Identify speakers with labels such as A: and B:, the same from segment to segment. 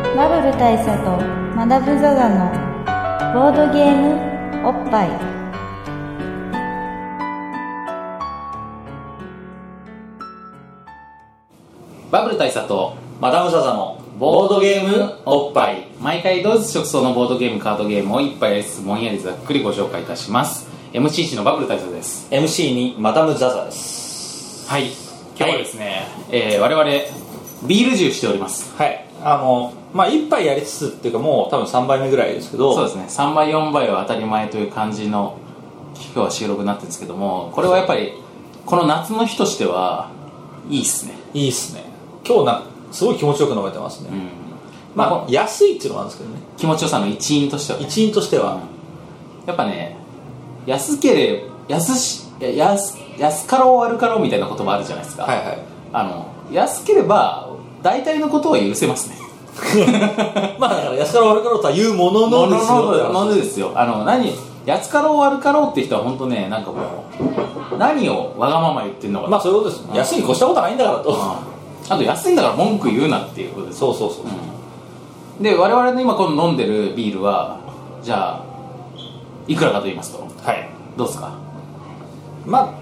A: 大佐とマダム・ザ・ザのボードゲームおっぱい
B: バブル大佐とマダム・ザ・ザのボードゲームおっぱい毎回同日食草のボードゲームカードゲームを一杯やりつつぼんやりざっくりご紹介いたします MCC のバブル大佐です
C: MC にマダム・ザ・ザです
B: はい今日はですね、えー我々ビール重しております
C: はいあのまあ一杯やりつつっていうかもう多分3杯目ぐらいですけど
B: そうですね3倍4倍は当たり前という感じの今日は収録になってるんですけどもこれはやっぱりこの夏の日としてはいいっすね
C: いいっすね今日なんかすごい気持ちよく飲めてますね、
B: うん
C: まあ、
B: まあ
C: 安いっていうのもあるんですけどね
B: 気持ちよさの一因としてはね
C: 一因としては、
B: やっぱね安けれ安しいや安安かろう悪かろうみたいな言葉あるじゃないですか、
C: はいは
B: あの安ければ大体のことは許せ ますね
C: いまあだから安から悪からとは言うもののですよって話
B: ものですよあの何安かろう悪かろうって人は本当ねなんかもう何をわがまま言ってんのか
C: まあそういうことです、
B: うん
C: 安いに越したことはないんだからと、
B: うんあと安いんだから文句言うなっていうことです
C: そうそうそう、
B: うんで我々の今この飲んでるビールはじゃあいくらかと言いますと
C: はい
B: どうですか
C: ま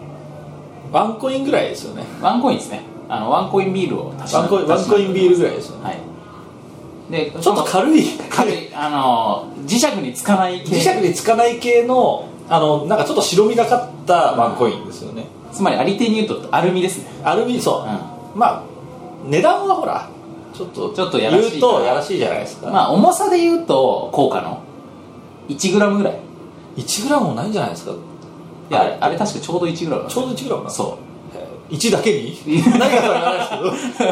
C: あワンコインぐらいですよね
B: ワンコインですねあのワンコインビールを足し
C: ワンコインワンコインビールぐらいですよね
B: はいで
C: ちょっと軽い
B: 軽いあのー磁石につかない系
C: 磁石につかない系のあのなんかちょっと白みがかったワンコインですよね、
B: つまりあり手に言うとアルミですね
C: アルミそう、まあ値段はほらちょっと
B: ちょっとやらしい
C: 言うとやらしいじゃないですか、
B: まあ重さで言うと高価の 1g ぐらいい
C: 1グラムもないんじゃないですか
B: やあれあれ確かちょうど 1g だ
C: ちょうど1グラムなの
B: そ
C: えー1だけ に何かとは言わないですけ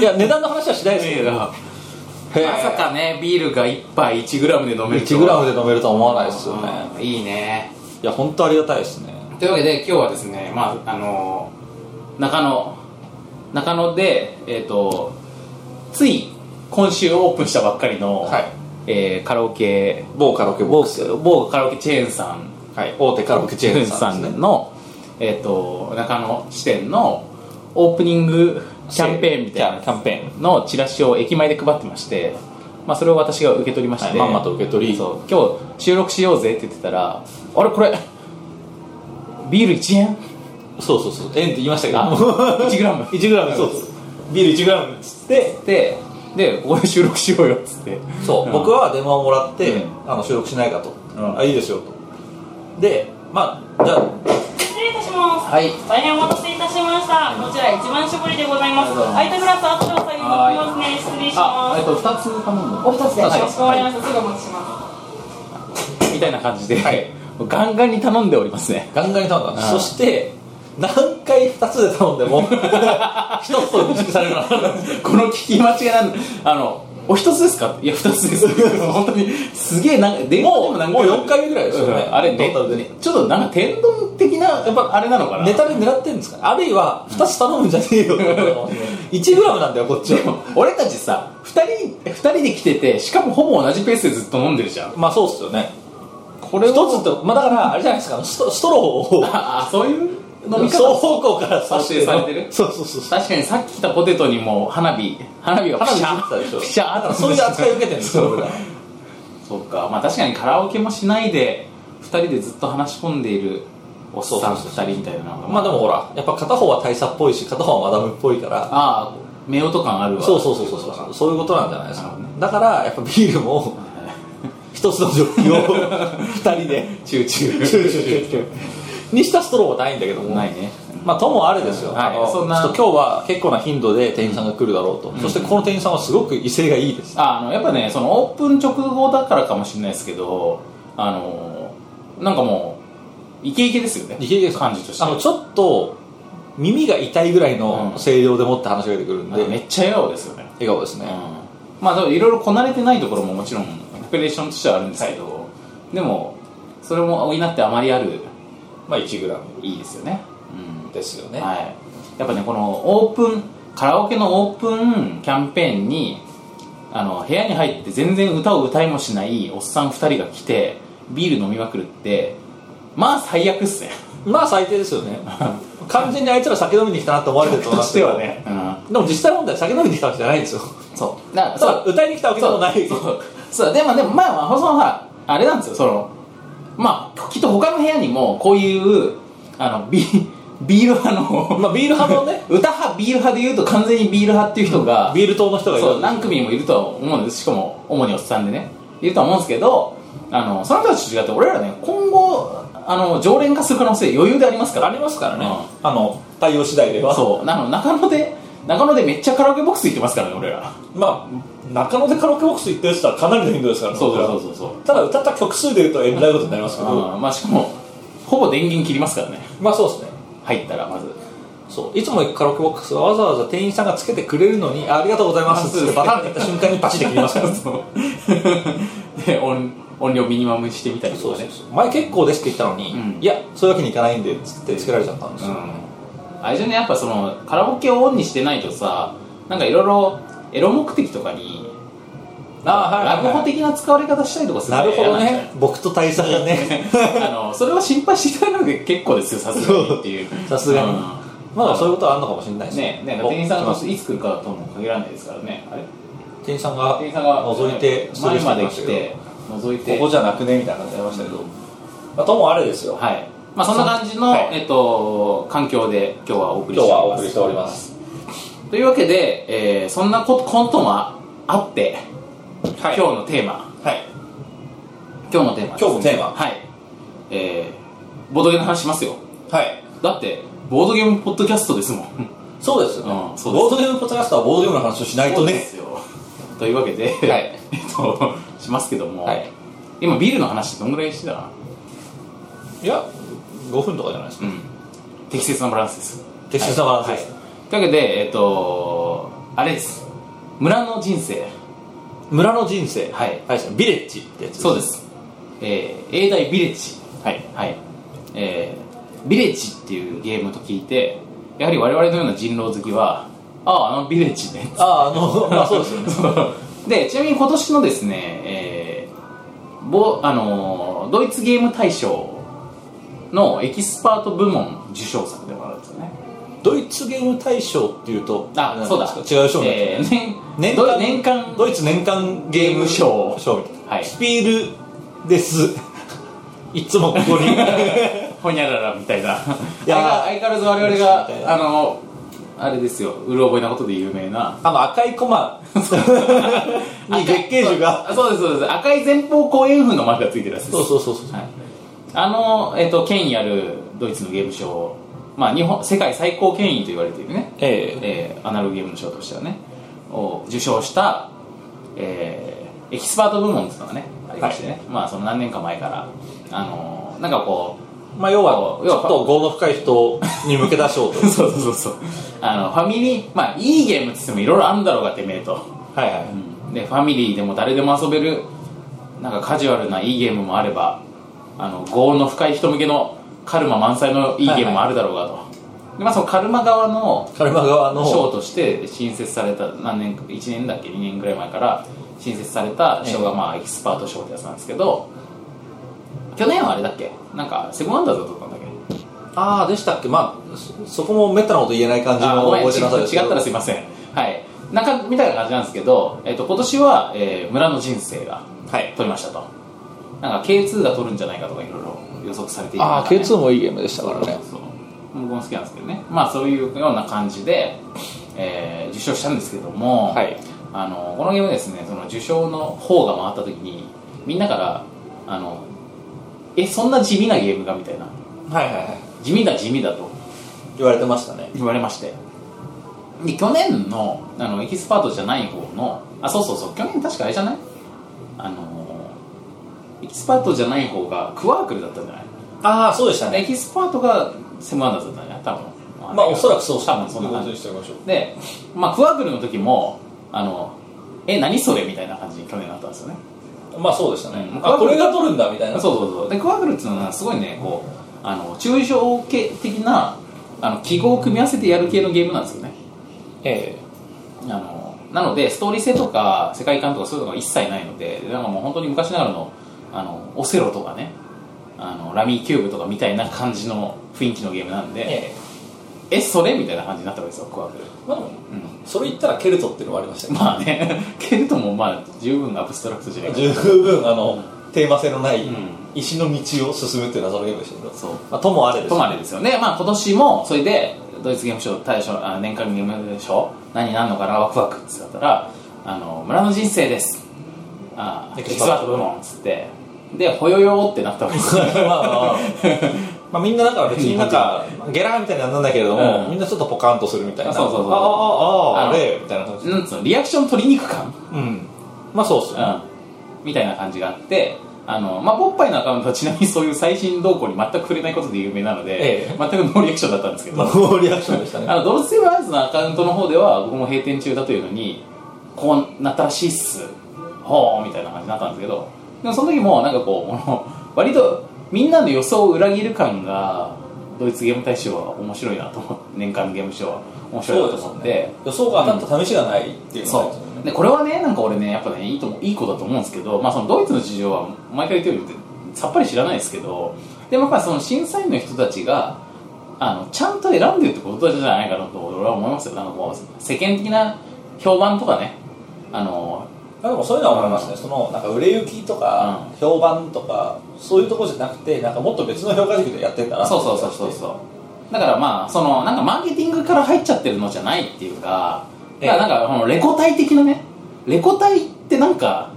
C: どいや値段の話はしないですけ
B: う
C: ど
B: まさかねビールが1杯 1g で飲めると
C: 1
B: は
C: グラムで飲めるとは思わないですよね
B: うんいいね
C: いや本当ありがたいですね
B: というわけで今日はですね、まああの中野中野で、えー、とつい今週オープンしたばっかりの、
C: はい
B: えーカラオケ
C: 某カラオケボックス
B: 某カラオケチェーンさん
C: はい大手カラオケチェーンさんですね
B: の、えー、と中野支店のオープニングキャンペーンみたいな
C: キャンキャンペー
B: ンのチラシを駅前で配ってまして、まあ、それを私が受け取りまして、
C: はいまんまと受け取り
B: そう今日収録しようぜって言ってたらあれこれビール1円
C: そうそうそう円って言いましたけど
B: あ 1グラム
C: 1グラムそうそうビール1グラムっつって
B: ででここで収録しようよっつって
C: そう、
B: ん
C: 僕は電話をもらって、
B: う
C: あの収録しないかと、
B: うん
C: あいいですよとでまあじゃあ
D: 失礼いたします。
B: はい
D: 大変お待たせいたしました。こちら一番絞りでございます。空いたグラスあったら最後に置きますね。失礼し
B: あえ
D: ま
B: っ
D: す。
B: と2つ頼んだ
D: お二つで、
B: はい
D: かしこまりました。すぐお持ちします。
B: みたいな感じで、
C: はい
B: ガンガンに頼んでおりますね
C: ガンガンに頼んだ
B: う
C: そ
B: ん
C: して何回2つで頼んで も一つと認識されるから
B: この聞き間違いなんあのお一つですかいや二つです 本当にすげえなんか電話でもなんか
C: もう4回目ぐらいですよね
B: うんあれ
C: ト
B: ね
C: ータルでね
B: ちょっとなんか天丼的なやっぱあれなのかな
C: ネタで狙ってるんですかねあるいは2つ頼むんじゃねえよ1グラムなんだよこっちは
B: 俺たちさ二人二人で来ててしかもほぼ同じペースでずっと飲んでるじゃん
C: まあそうっすよね
B: こ
C: 1
B: を
C: つってまあだからあれじゃないですかストストローを
B: ああそういう飲み方
C: 双方向からさして
B: 指定されてる
C: そうそうそう
B: 確かにさっき来たポテトにも花火花火が
C: 花
B: ピ
C: 火
B: シャ
C: 打ってたでしょ
B: ーピシャーって
C: そういう扱いを受けてるんですよ
B: そう
C: 俺ら
B: そうかまあ確かにカラオケもしないで2人でずっと話し込んでいるおっ
C: そう
B: さ
C: そ
B: ん
C: うそう
B: 2人みたいなのが
C: まあでもほらやっぱ片方は大佐っぽいし片方はマダムっぽいから
B: ああ夫婦感あるわ
C: そうそうそうそうそうそういうことなんじゃないです
B: なる
C: か
B: ほどね
C: だからやっぱビールも一つのジョッキを 二人で
B: チューチュー
C: チューチューチューチューにしたストローはないんだけども
B: ないね
C: まあともあれですよ、
B: はい
C: あの
B: そんな
C: ちょっと今日は結構な頻度で店員さんが来るだろうと、そしてこの店員さんはすごく威勢がいいです
B: ああのやっぱねそのオープン直後だからかもしれないですけどあのなんかもうイケイケですよね
C: イケイケです
B: 感じとして
C: あのちょっと耳が痛いぐらいの
B: うん
C: 声量でもって話が出てくるんで、
B: めっちゃ笑顔ですよね
C: 笑顔ですね、
B: まあいろいろこなれてないところももちろんオペレーションとしてはあるんですけど、でもそれも補ってあまりある
C: まあ1グラム
B: いいですよね、
C: ですよ
B: う
C: ね、
B: んはい、やっぱねこのオープンカラオケのオープンキャンペーンにあの部屋に入って全然歌を歌いもしないおっさん2人が来てビール飲みまくるってまあ最悪っすね
C: まあ最低ですよね完全にあいつら酒飲みに来たなって思われてると思いますけど
B: うん
C: でも実際問題酒飲みに来たわけじゃないんですよ
B: そうだから
C: そ
B: そう
C: う歌いに来たわけでもない
B: そうそうそうでもでもまあまあそのさあれなんですよそのまあきっと他の部屋にもこういうあのビビール派の、
C: まあビール派のね
B: 歌派ビール派で言うと完全にビール派っていう人が、
C: ビール党の人がいる
B: そう何組もいるとは思うんですしかも主におっさんでねいるとは思うんですけどあのその人たちと違って俺らね今後あの常連化する可能性余裕でありますから
C: ありますからね、
B: う
C: あの対応次第では
B: そうあの中野で中野でめっちゃカラオケボックス行ってますからね俺ら
C: まあ中野でカラオケボックス行ってる人はかなりの頻度ですからね
B: そうそう
C: 僕
B: そ
C: ら
B: うそうそう
C: ただ歌った曲数でいうとえらいことになりますけど、
B: あーまあしかもほぼ電源切りますからね
C: まあそうですね
B: 入ったらまず
C: そういつも行くカラオケボックスはわざわざ店員さんがつけてくれるのにあありがとうございますっつってバタンっていった瞬間にパチって切ります から、ね、
B: そうで音音量ミニマムにしてみたりと
C: そう
B: か
C: そ
B: ね
C: うそう前結構ですって言ったのに、
B: うん
C: いやそういうわけにいかないんでっつってつけられちゃったんです
B: う
C: よ、
B: んあれじゃねやっぱそのカラオケをオンにしてないとさなんかいろいろエロ目的とかに
C: あーはいはいはい
B: 落語的な使われ方したりとかする
C: なるほど
B: 嫌なん
C: ね僕と大佐が ね
B: じゃ ないあのそれは心配していただくので結構ですよさすがにっていう
C: さすがに
B: うん
C: まだそういうことはあるのかもしれないです
B: ねね店員さんがいつ来るかとも限らないですからねあれ
C: 店員さんが
B: 店員さんが
C: 覗いて
B: 前まで来
C: スルーして
B: て覗い
C: こ
B: て
C: こじゃなくねみたいな感じになりましたけど、まあ、ともあれですよ、
B: はいまあそんな感じの、
C: はい
B: えっと環境で今日はお送りし
C: 今日
B: ております
C: はお送りしております
B: というわけで、えーそんなことこともあって、今日のテーマ
C: はい
B: 今日のテーマです
C: 今日のテーマ
B: はいえー、ボードゲームの話しますよ
C: はい
B: だってボードゲームポッドキャストですもん
C: そうですよね、
B: うんそうです
C: ボードゲームポッドキャストはボードゲームの話をしない
B: そう
C: と
B: で
C: ね
B: すよというわけで、
C: はい
B: えっとしますけども、
C: はい
B: 今ビールの話どんぐらいしてたかない
C: や5分とかじゃないですか、
B: うん適切なバランスです
C: 適切なバランスです、
B: はいというわけでえっとあれです村の人生
C: 村の人生
B: はい
C: はいビレッジってやつ
B: そうです、えー、英大ビレッジはい、はいえー、ビレッジっていうゲームと聞いてやはり我々のような人狼好きはあああのビレッジね
C: あああのまあそうですよね
B: そう でちなみに今年のですね、えーぼあのードイツゲーム大賞のエキスパート部門受賞作でもあるんですよね
C: ドイツゲーム大賞っていうと
B: あ
C: なん
B: そうだ
C: ですか違う賞になっちゃう
B: えー年
C: 年
B: ド
C: 間
B: 年間
C: ドイツ年間ゲーム賞賞みたいな、
B: はい
C: スピールですいつもここに
B: ほにゃららみたいな相
C: いや
B: 変わ相変わらず我々
C: みたい
B: が
C: な
B: あのあれですようる覚えなことで有名な
C: あの赤い コマに月桂樹が
B: あそうですそうです赤い前方後円墳のマークがついてるやつです
C: そうそうそうそう、
B: はい、あの、えっと権威あるドイツのゲーム賞まあ日本世界最高権威と言われているね、
C: ええ
B: えーアナログゲームの賞としてはねを受賞した、えーエキスパート部門っていうのがねありましてね、まあその何年か前からあのなんかこう
C: まあ要は
B: そう
C: ち
B: 要
C: ょ
B: は
C: っと業の深い人に向けた賞と
B: そうそうそうそうあのファミリーまあいいゲームっつってもいろいろあるんだろうがてめえと、
C: はいはい、
B: でファミリーでも誰でも遊べるなんかカジュアルないいゲームもあればあの業の深い人向けのカルマ満載のいいゲームもあるだろうがと、でまあそのカルマ側の
C: カルマ側の
B: 賞として新設された何年か1年だっけ2年ぐらい前から新設された賞がまあエキスパート賞ってやつなんですけど去年はあれだっけなんかセブンアンダーズだったんだっけ
C: ああでしたっけまあそそこもめったなこと言えない感じ
B: あ
C: の
B: ごめん
C: 覚
B: 違
C: えてなさいですけ
B: 違
C: ど
B: ったらすいませんはいなんかみたいな感じなんですけど、えっと今年は、えー村の人生が
C: はい
B: 取りましたとなんか K2 が取るんじゃないかとかいろいろ予測されてい
C: ああ
B: 中ね
C: K2 もいいゲームでしたからね
B: そう僕も好きなんですけどねまあそういうような感じで、えー受賞したんですけども、
C: はい
B: あのこのゲームですねその受賞の方が回った時にみんなからあのえそんな地味なゲームがみたいな
C: はいはいはい
B: 地味だ地味だと
C: 言われてましたね
B: 言われましてで去年のあのエキスパートじゃない方のあそうそうそう去年確かあれじゃないあのーエキスパートじゃない方がクワークルだったんじゃない
C: ああそうでした
B: でエキスパートがセムアンダーズだったんじゃない多分
C: まあおそらくそう
B: 多分そんな
C: こと
B: 感
C: に
B: じ
C: してみましょう
B: で、まあ、クワークルの時もあのえ何それみたいな感じに去年なったんですよね
C: まあそうでしたね、
B: うん
C: あこれが取るんだみたいな
B: そうそうそうでクワグルっていうのはすごいねこうあの抽象系的なあの記号を組み合わせてやる系のゲームなんですよね
C: え
B: あのなのでストーリー性とか世界観とかそういうのが一切ないのでなんかもう本当に昔ながらのあのオセロとかねあのラミーキューブとかみたいな感じの雰囲気のゲームなん
C: え
B: で
C: え
B: えそれみたいな感じになったわけですよクワグル
C: えまあでも
B: うん
C: それ言ったらケルトっていうのがありましたよ
B: まあね ケルトもまあ十分アブストラクトじゃないか
C: 十分あの、テーマ性のない
B: うん
C: 石の道を進むっていうのはそのゲームでしたけど、
B: そう
C: まあ、ともあれです
B: とまでですよね、まあ、今年もそれでドイツゲームショー大賞あ年間ゲーム賞何になるのかなワクワクっつったら「あの村の人生です」あ「エ
C: エ
B: キ
C: キ
B: ス
C: ス
B: パ
C: パ
B: ー
C: ー
B: ト
C: ト
B: 部門」っつってで「ほよよ」ってなったわけ ですよ
C: まあ まあまあまあみんななんか別になんかゲラーみたいにはなんだけれども、
B: うん
C: みんなちょっとポカンとするみたいな
B: そうそうそう
C: ああああ
B: あの
C: あれみたいな感じ
B: なんつうのリアクション取りにく感
C: うんまあそうっすね、
B: うん、みたいな感じがあってあのまあ、ポッパイのアカウントはちなみにそういう最新動向に全く触れないことで有名なので、
C: ええ
B: 全くノーリアクションだったんですけど、
C: まあノーリアクションでしたね
B: あのドロス・セブンアイズのアカウントの方では僕も閉店中だというのにこうなったらしいっすほうみたいな感じになったんですけどでもその時もなんかこうこの割とみんなの予想を裏切る感がドイツゲーム大賞は面白いなと思って年間ゲーム賞は面白いなと思って、
C: 予想が当たった試しがないっていうのがあるん
B: そ
C: で
B: う
C: すよね
B: でこれはねなんか俺ねやっぱねいいともいい子だと思うんですけど、まあ、そのドイツの事情は毎回言ってるようにさっぱり知らないですけどでもやっぱその審査員の人たちがあのちゃんと選んでるってことじゃないかなと俺は思いますよなんかこう世間的な評判とかねあの
C: あでもそういうのは思いますね、そのなんか売れ行きとか、
B: うん
C: 評判とかそういうとこじゃなくてなんかもっと別の評価軸でやってるんだな
B: そうそうそうそうそうだからまあそのなんかマーケティングから入っちゃってるのじゃないっていうかだからなんかこのレコ大的なねレコ大ってなんか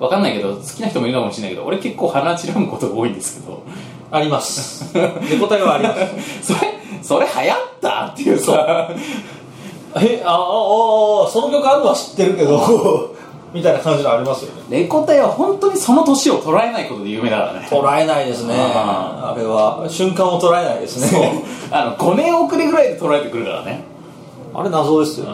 B: わかんないけど好きな人もいるのかもしれないけど俺結構鼻散らむことが多いんですけど
C: あります 手応えはあります
B: それそれ流行ったっていうさ
C: えああああその曲あるのは知ってるけど みたいな感じのありますよね
B: レコ大は本当にその年を捉えないことで有名だからね
C: 捉えないですね
B: あ
C: あれは瞬間を捉えないですね
B: そう あの5年遅れぐらいで捉えてくるからね
C: あれ謎ですよね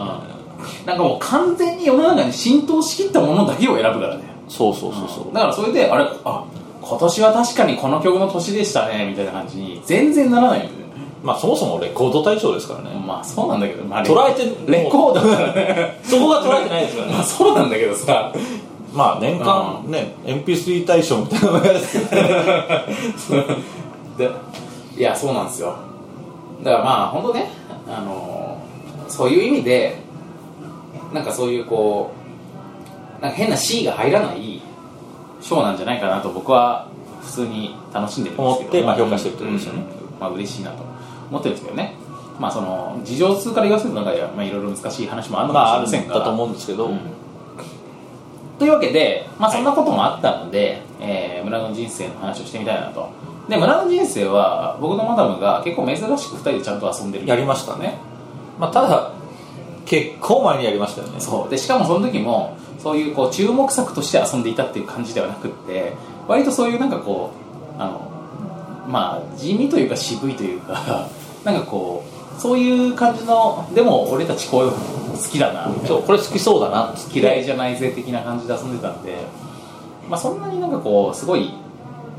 B: なんかもう完全に世の中に浸透しきったものだけを選ぶからね
C: そうそうそうそう
B: だからそれであれあ今年は確かにこの曲の年でしたねみたいな感じに全然ならないんだよね
C: まあそもそもレコード大賞ですからね
B: まあそうなんだけど、まあ、
C: 捉えて
B: レコードだからね
C: そこが捉えてないですから
B: ま
C: ね
B: あそうなんだけどさ
C: まあ年間ね MP3 大賞みたいなのがやつ
B: でいやそうなんですよだからまあ本当ねあのーそういう意味でなんかそういうこうなんか変な C が入らないショーなんじゃないかなと僕は普通に楽しんでるんですけど
C: 思ってまあ評価してるってことですよね
B: うんまあ嬉しいなと思ってるんですけどねまあその事情通から言わせるとなんかまあいろいろ難しい話もあるの
C: ま
B: かも
C: ああ
B: しれ
C: る
B: ま
C: ん
B: せんが
C: だと思うんですけど、
B: うんというわけで、まあ、そんなこともあったので、えー村の人生の話をしてみたいなとで村の人生は僕のマダムが結構珍しく2人でちゃんと遊んでる
C: やりましたねまあただ結構前にやりましたよね
B: そうでしかもその時もそういうこう注目作として遊んでいたっていう感じではなくって割とそういうなんかこうあのまあ地味というか渋いというか なんかこうそういう感じのでも俺たちこういうの好きだなみたいな
C: そうこれ好きそうだな好
B: 嫌いじゃないぜ的な感じで遊んでたんで、まあ、そんなになんかこうすごい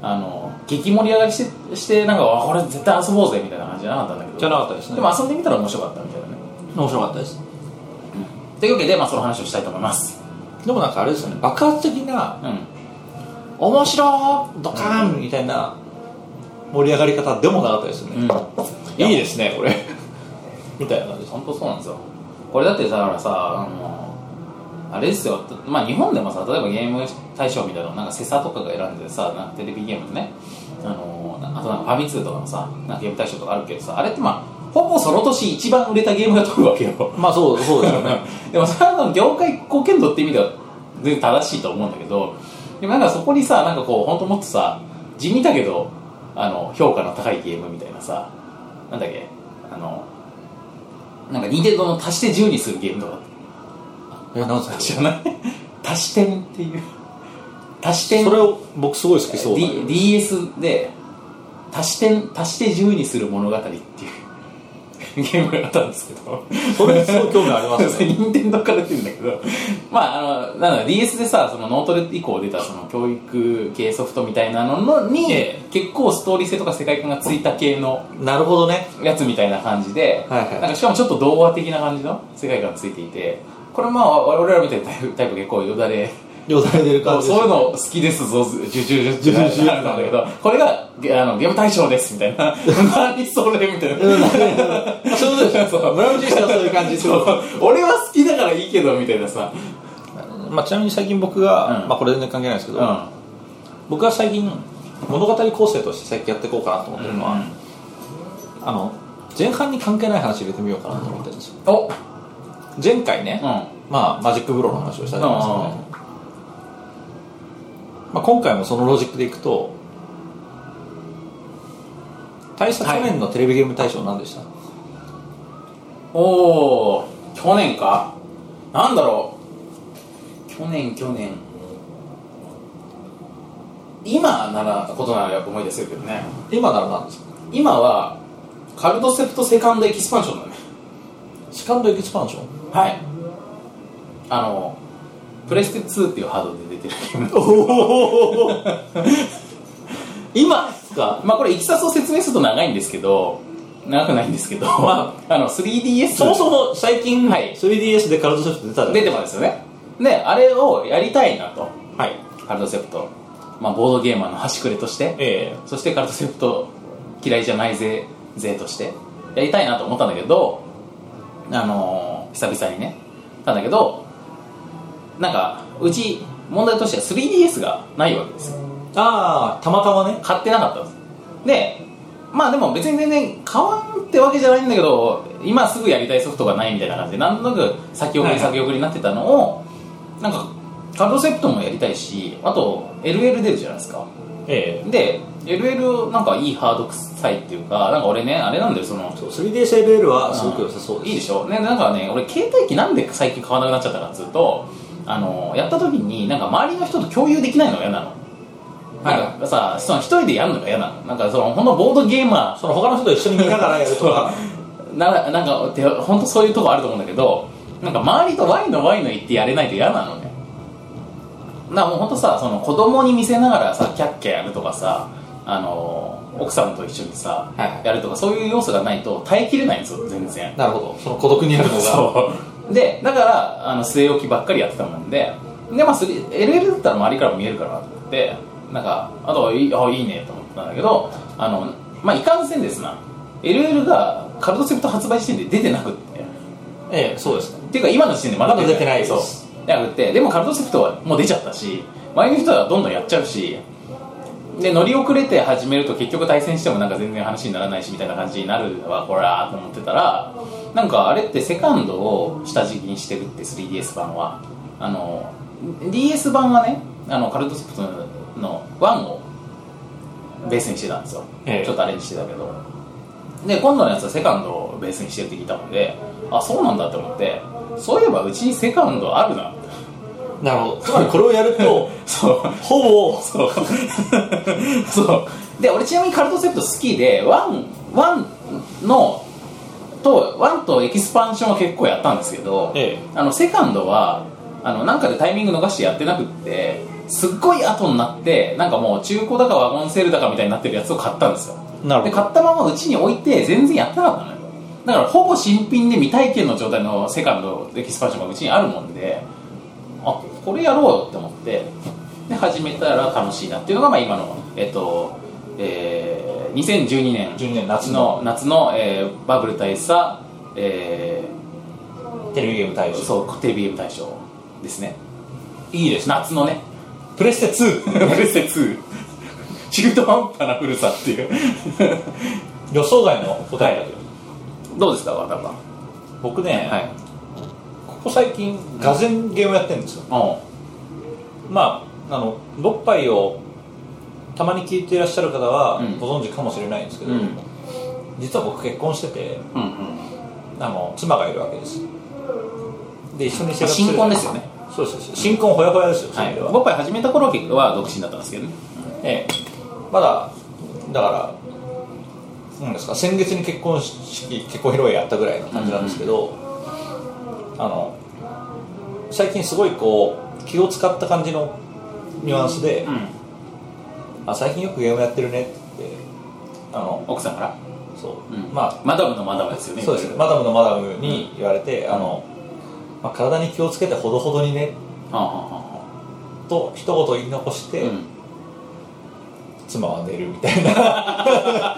B: あの激盛り上がりしてしてなんかわこれ絶対遊ぼうぜみたいな感じじゃなかったんだけど
C: じゃなかったですね
B: でも遊んでみたら面白かったみたいなね
C: 面白かったです
B: というわけで、まあ、その話をしたいと思います
C: でもなんかあれですよね爆発的な
B: うん
C: 面白いドカーンみたいな盛り上がり方でもなかったですよ
B: うん
C: ね、いいですねこれ みたいな感じです
B: 本当そうなんですよこれだってさだからさあのあれですよ、まあ、日本でもさ例えばゲーム大賞みたいなのなんかセサとかが選んでさなんかテレビゲームでねあのあとなんかファミ通とかのさなんかゲーム大賞とかあるけどさあれってまあほぼその年一番売れたゲームが取るわけよ
C: まあそうそうですよ ね
B: でもそれはあの業界貢献度って意味では全然正しいと思うんだけどでもなんかそこにさなんかこう本当もっとさ地味だけどあの評価の高いゲームみたいなさなんだっけあのなんか任天堂の足して10にするゲームとか
C: えなん すか
B: 知らない足してんっていう足してん
C: それを僕すごい好きそうだ
B: D- DS で足してん足して10にする物語っていう ゲームがあったんですけど
C: それすごい興味あります
B: それ
C: ね
B: 任天堂から出てるんだけど まああのなんだろう DS でさそのノートレ以降出たその教育系ソフトみたいなののに、
C: え
B: 結構ストーリー性とか世界観がついた系の
C: なるほどね
B: やつみたいな感じで、
C: はいはい
B: なんかしかもちょっと童話的な感じの世界観ついていてこれまあ我々らみたいなタイプタイプ結構よだれ
C: よだれ出る感じ
B: そういうの好きですぞ、ジュジュジュジュジュジュってなるんだけど、これがゲあのゲーム対象ですみたいな、何それみたいな、
C: そういうことでしょ村口さんはそういう感じです
B: そう俺は好きだからいいけどみたいなさ、
C: まあ、ちなみに最近僕が、
B: うん
C: まあ、これ全然関係ないですけ
B: う
C: ど、
B: ん、あ
C: 僕は最近物語構成として最近やっていこうかなと思ってるのは、
B: うん
C: あの前半に関係ない話入れてみようかなと思ってるんですよ
B: お
C: 前回ね、
B: うん、
C: まあ、マジックブローの話をしたじゃないですかね、まあ、今回もそのロジックでいくと大佐去年のテレビゲーム大賞何でした、
B: おお去年かなんだろう去年去年今ならことならやっぱ思い出せるけどね
C: 今ならなんですか
B: 今はカルトセプトセカンドエキスパンションだね
C: セカンドエキスパンション
B: はいあのプレステ2っていうハードで出てるゲーム 今かまあこれいきさつを説明すると長いんですけど長くないんですけど、 まあ、あの 3DS
C: そもそも最近、
B: はい
C: 3DS でカルトソフト出たじゃん
B: 出てますよねであれをやりたいなと
C: はい
B: カルトセプト、まあ、ボードゲーマーの端くれとして
C: え
B: そしてカルトセプト嫌いじゃないぜ勢としてやりたいなと思ったんだけどあのー久々にねなんだけどなんかうち問題としては 3DS がないわけですよ
C: えああたまたまね
B: 買ってなかったんですでまあでも別に全然買わんってわけじゃないんだけど今すぐやりたいソフトがないみたいな感じでなんとなく先送
C: はいは
B: り
C: い
B: 先送りになってたのを、なんかカルトセプトもやりたいしあと LL 出るじゃないですか
C: え
B: で LL なんかいいハード臭いっていうかなんか俺ねあれなんだよその
C: えそう 3DSLL はすごく良さそうです、
B: いいでしょねなんかね俺携帯機なんで最近買わなくなっちゃったかっつうとあのやった時になんか周りの人と共有できないのが嫌なの
C: はい
B: なんかさその一人でやるのが嫌なのなんかそのほんとボードゲーマ
C: その他の人と一緒に見ながらやる とか
B: ーななんかてほんとそういうとこあると思うんだけどなんか周りとワイのワイの言ってやれないと嫌なのねなもうほんとさその子供に見せながらさキャッキャやるとかさあの奥さんと一緒にさ、
C: はい
B: やるとかそういう要素がないと耐えきれないんですよ全然
C: なるほどその孤独になるのが
B: そうでだからあの据え置きばっかりやってたもんででまあ 3- LL だったら周りからも見えるからなと思ってなんかあとはいいあいいねと思ったんだけどあのまあいかんせんですな LL がカルトセプト発売時点で出てなくって
C: ええそうですね
B: っていうか今の時点でまだ
C: まだ出てないです
B: そうじゃなくてでもカルトセプトはもう出ちゃったし前の人はどんどんやっちゃうしで乗り遅れて始めると結局対戦してもなんか全然話にならないしみたいな感じになるわこらーと思ってたらなんかあれってセカンドを下敷きにしてるって 3DS 版はあの DS 版はねあのカルトセプトの1をベースにしてたんですよ、
C: ええ
B: ちょっとアレンジしてたけどで今度のやつはセカンドをベースにしてるって聞いたのであそうなんだって思ってそういえばうちにセカンドあるなって
C: なるほどつまりこれをや る と
B: そう
C: ほぼ
B: そうそうで俺ちなみにカルトセプト好きでワンワンのとワンとエキスパンションは結構やったんですけど、
C: ええ
B: あのセカンドはあのなんかでタイミング逃してやってなくってすっごい後になってなんかもう中古だかワゴンセールだかみたいになってるやつを買ったんですよ
C: なるほど
B: で買ったままうちに置いて全然やってなかったのよだからほぼ新品で未体験の状態のセカンドエキスパンションがうちにあるもんであこれやろうよって思ってで始めたら楽しいなっていうのが、まあ、今のえっとえー、2012年
C: 12年夏
B: の夏の、えーバブル大佐、え
C: テレビゲーム対
B: ー、
C: 象
B: そうテレビゲーム大賞ですね
C: いいですね
B: 夏のね
C: プレステ
B: プ
C: 2
B: レステ2中途半端な古さっていう
C: 予想外の答えだけ ど、
B: どうですか渡辺さん
C: 僕ね、
B: はい
C: ここ最近がぜんゲームやってるんですよ
B: お
C: まああのボッパイをたまに聞いていらっしゃる方は
B: うん
C: ご存知かもしれないんですけ
B: う
C: ど、
B: ん
C: 実は僕結婚してて
B: うんうん
C: あの妻がいるわけですで一緒に生活
B: 新婚ですよね
C: そうですそうです新婚ほやほやですよ、そうい
B: は
C: う意味
B: い
C: では
B: ボッパイ始めた頃は独身だったんですけどね
C: ええ、まだだからなんですか先月に結婚式結婚披露宴やったぐらいの感じなんですけど、あの最近すごいこう気を使った感じのニュアンスで
B: う
C: 「
B: ん
C: あ最近よくゲームやってるね」ってあの
B: 奥さんから、
C: そう、
B: うん
C: まあ
B: マダムのマダムですよね
C: そうですマダムのマダムに言われて、あのまあ、体に気をつけてほどほどにね
B: はあはあは
C: と一言言い残して、
B: うん
C: 妻は寝るみたい な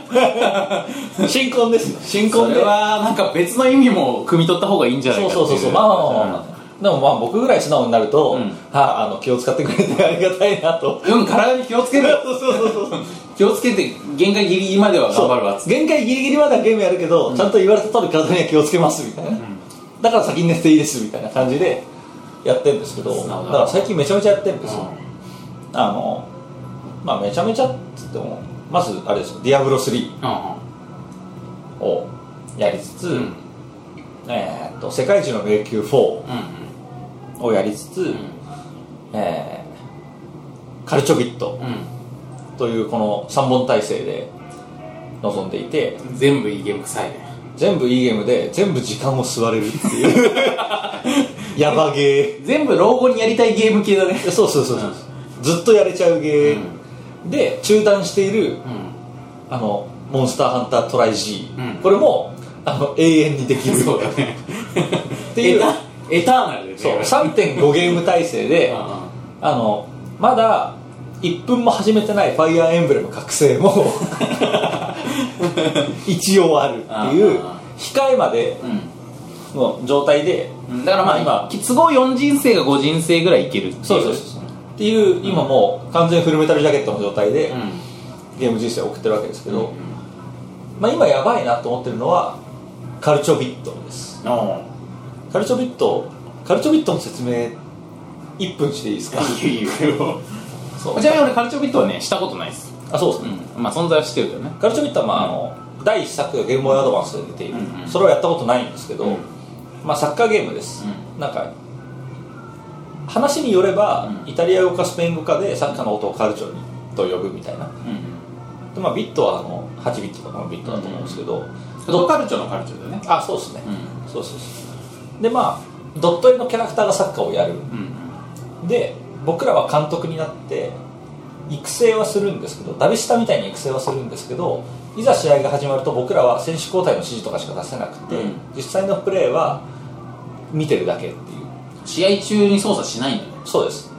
C: 新婚ですよ新
B: そ
C: 婚で
B: れはなんか別の意味も汲み取った方がいいんじゃない
C: そ
B: か
C: う
B: ってい
C: そうそうそうまあまあまあまあ、でもまあ僕ぐらい素直になると、
B: うん
C: はあの気を使ってくれてありがたいなと
B: うん、うん体に気をつける
C: そうそうそうそう
B: 気をつけて限界ギリギリまでは頑張るわっつって
C: 限界ギリギリまではゲームやるけど、ちゃんと言われた通り体には気をつけますみたいな、だから先に寝ていいですみたいな感じでやってるんですけど
B: 素直だ
C: だから最近めちゃめちゃやってるんですよ、
B: う
C: あのまあめちゃめちゃっつってもまずあれですよ「ディアブロ3
B: んうん
C: をやりつつ、
B: うん
C: えーっと「世界一の迷宮4
B: うん」
C: をやりつつ、えーカルチョビット
B: うんうん
C: というこの3本体制で臨んでいて
B: うん全部いいゲーム臭いね
C: 全部いいゲームで全部時間を吸われるっていう やばゲ
B: 全部老後にやりたいゲーム系だね
C: ーそうそうそうそう、ずっとやれちゃうゲー、で中断してい
B: う
C: る
B: ん
C: あのモンスターハンタートライ G、
B: うん
C: これもあの永遠にできる
B: そうだね
C: ってい
B: エ
C: う
B: タエターナルでね
C: そう3.5ゲーム体制で
B: う
C: あのまだ1分も始めてないファイアーエンブレム覚醒も 一応あるっていう
B: あ
C: 控えまで
B: んうん
C: の状態で
B: うんだからまあ
C: まあ
B: 今都合4人生が5人生ぐらいいけるっていう
C: そうそうそうそうっていう今もう完全フルメタルジャケットの状態で
B: うん
C: ゲーム人生を送ってるわけですけ
B: うん
C: ど、まあ、今やばいなと思ってるのはカルチョビットですカルチョビットカルチョビットの説明1分していいですか
B: いいよいいよ
C: そう
B: ちなみに俺カルチョビットはねしたことないです
C: あそうで
B: う
C: すね、
B: んまあ存在は知ってるけどね
C: カルチョビットは、まああの第1作がゲームボーイアドバンスで出ている、
B: うんうん
C: それはやったことないんですけど、
B: うん
C: まあ、サッカーゲームです、
B: う
C: なんか話によれば、
B: うん
C: イタリア語かスペイン語かでサッカーの音をカルチョビと呼ぶみたいな
B: うん
C: で、まあ、ビットはあの8ビットとかのビットだと思うんですけど、
B: ドカルチョのカルチョだよね
C: あそうですね、
B: う
C: そうそうそうでまあドット絵のキャラクターがサッカーをやる
B: うん
C: で僕らは監督になって育成はするんですけどダビスタみたいに育成はするんですけどいざ試合が始まると僕らは選手交代の指示とかしか出せなくて、
B: うん
C: 実際のプレーは見てるだけっていう
B: 試合中に操作しないんだよね
C: そうです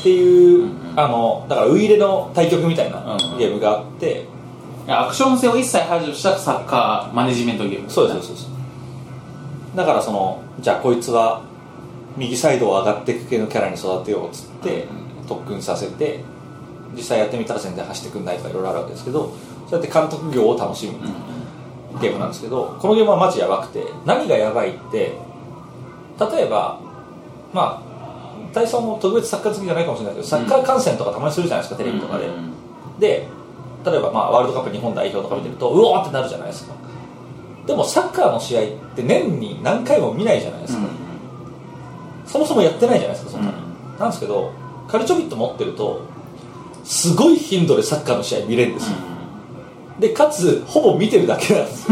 C: っていう、
B: うんうん
C: あのだからウイイレの対局みたいな
B: うんうん
C: ゲームがあって、
B: いやアクション性を一切排除したサッカーマネジメントゲーム
C: そうですそうですそうですだからそのじゃあこいつは右サイドを上がっていく系のキャラに育てようっつって特訓させて実際やってみたら全然走ってくんないとかいろいろあるわけですけどそうやって監督業を楽しむ
B: うん
C: ゲームなんですけどこのゲームはマジやばくて何がやばいって例えばまあ大佐も特別サッカー好きじゃないかもしれないけどサッカー観戦とかたまにするじゃないですかテレビとかで、
B: うん
C: で例えばまあワールドカップ日本代表とか見てるとうおーってなるじゃないですかでもサッカーの試合って年に何回も見ないじゃないですか、そもそもやってないじゃないですかそんなに、なんですけどカルチョビット持ってるとすごい頻度でサッカーの試合見れるんですよ、でかつほぼ見てるだけなんです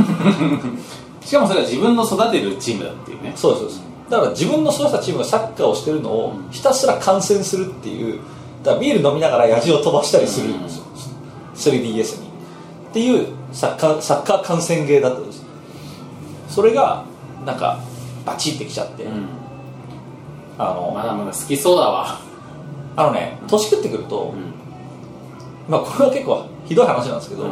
B: しかもそれは自分の育てるチームだっていうね
C: そうですそうですだから自分の育てたチームがサッカーをしてるのをひたすら観戦するっていうだからビール飲みながら野じを飛ばしたりするんですよ、3DS にっていうサッカーサッカー観戦芸だったんですそれがなんかバチってきちゃって、
B: うん
C: あの、
B: まだまだ好きそうだわ
C: あのね年食ってくる
B: う
C: と、
B: ん
C: まあこれは結構ひどい話なんですけど、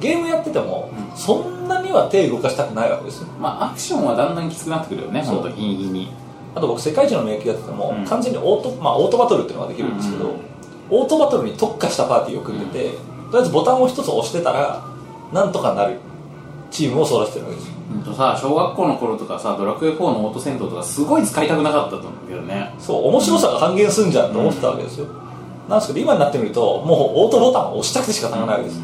C: ゲームやってても、
B: うん
C: そんなには手動かしたくないわけですよ
B: まあアクションはだんだんきつくなってくるよね
C: そう
B: 本当に日に日に
C: あと僕世界一の迷宮やってても、
B: うん
C: 完全にオート,、まあ、オートバトルっていうのができるんですけど、
B: うんうん
C: オートバトルに特化したパーティーを組んでて、とりあえずボタンを一つ押してたらなんとかなるチームを育ててるわけですよ
B: うんとさ小学校の頃とかさドラクエ4のオート戦闘とかすごい使いたくなかったと思うけどね
C: そう面白さが半減すんじゃんと思ってたわけですよ、なんですけど今になってみるともうオートボタンを押したくて仕方がないわけです、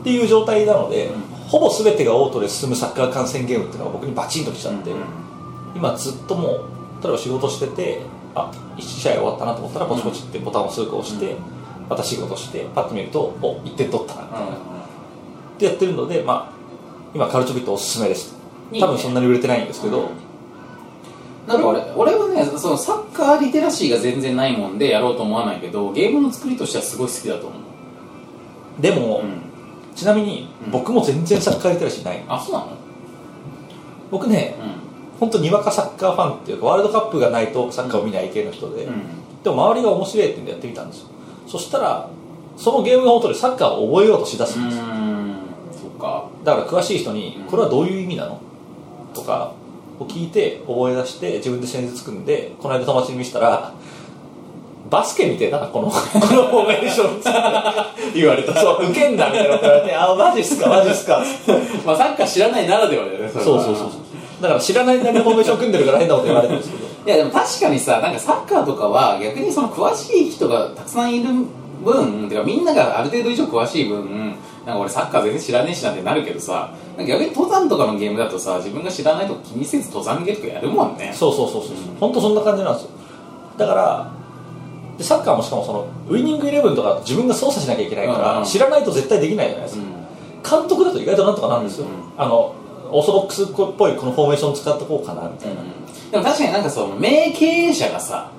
C: っていう状態なので、
B: ん
C: ほぼ全てがオートで進むサッカー観戦ゲームっていうのが僕にバチンときちゃって、
B: うん
C: 今ずっともう例えば仕事しててあ1試合終わったなと思ったらポチポチってボタンを数個押して、
B: うん
C: また仕事してパッと見るとお1点取ったなみたいな、
B: う
C: ってやってるのでまあ今カルチョビットおすすめです
D: いいね
C: 多分そんなに売れてないんですけど、
B: うんなんか俺俺はねそのサッカーリテラシーが全然ないもんでやろうと思わないけどゲームの作りとしてはすごい好きだと思う
C: でも、
B: ん
C: ちなみに
B: うん
C: 僕も全然サッカーリテラシーない
B: あそうなの
C: 僕ね
B: う
C: 本当にわかサッカーファンっていうかワールドカップがないとサッカーを見ない系の人で、
B: ん
C: 例でも周りが面白いって言うんでやってみたんですよそしたらそのゲームの音でサッカーを覚えようとしだすんですよ
B: んそっか
C: だから詳しい人に
B: うん
C: 「これはどういう意味なの?」とかを聞いて覚え出して自分で戦術組んでこの間友達に見せたら「バスケみてえだなこの このフォーメーション」って言われたそうウケんだみたいなこと言われて「 あマジっすかマジっすか」
B: まあサッカー知らないならではだよね
C: そ
B: れ
C: う
B: は
C: そうそうそうだから知らない間にフォーメーション組んでるから変なこと言われてるんですけど
B: いやでも確かにさなんかサッカーとかは逆にその詳しい人がたくさんいる分てかみんながある程度以上詳しい分なんか俺サッカー全然知らねえしなんてなるけどさなんか逆に登山とかのゲームだとさ自分が知らないとこ気にせず登山ゲームとかやるもんね
C: そうそうそうそう本当そんな感じなんですよだからでサッカーもしかもそのウイニングイレブンとかだと自分が操作しなきゃいけないか
B: うんう
C: ら
B: ん
C: 知らないと絶対できないじゃないです
B: う
C: か、
B: ん
C: 監督だと意外となんとかなるんですよ、
B: うん
C: あのオーソドックスっぽいこのフォーメーション使ってこうかなみたいな、
B: でも確かになんかその名経営者がさ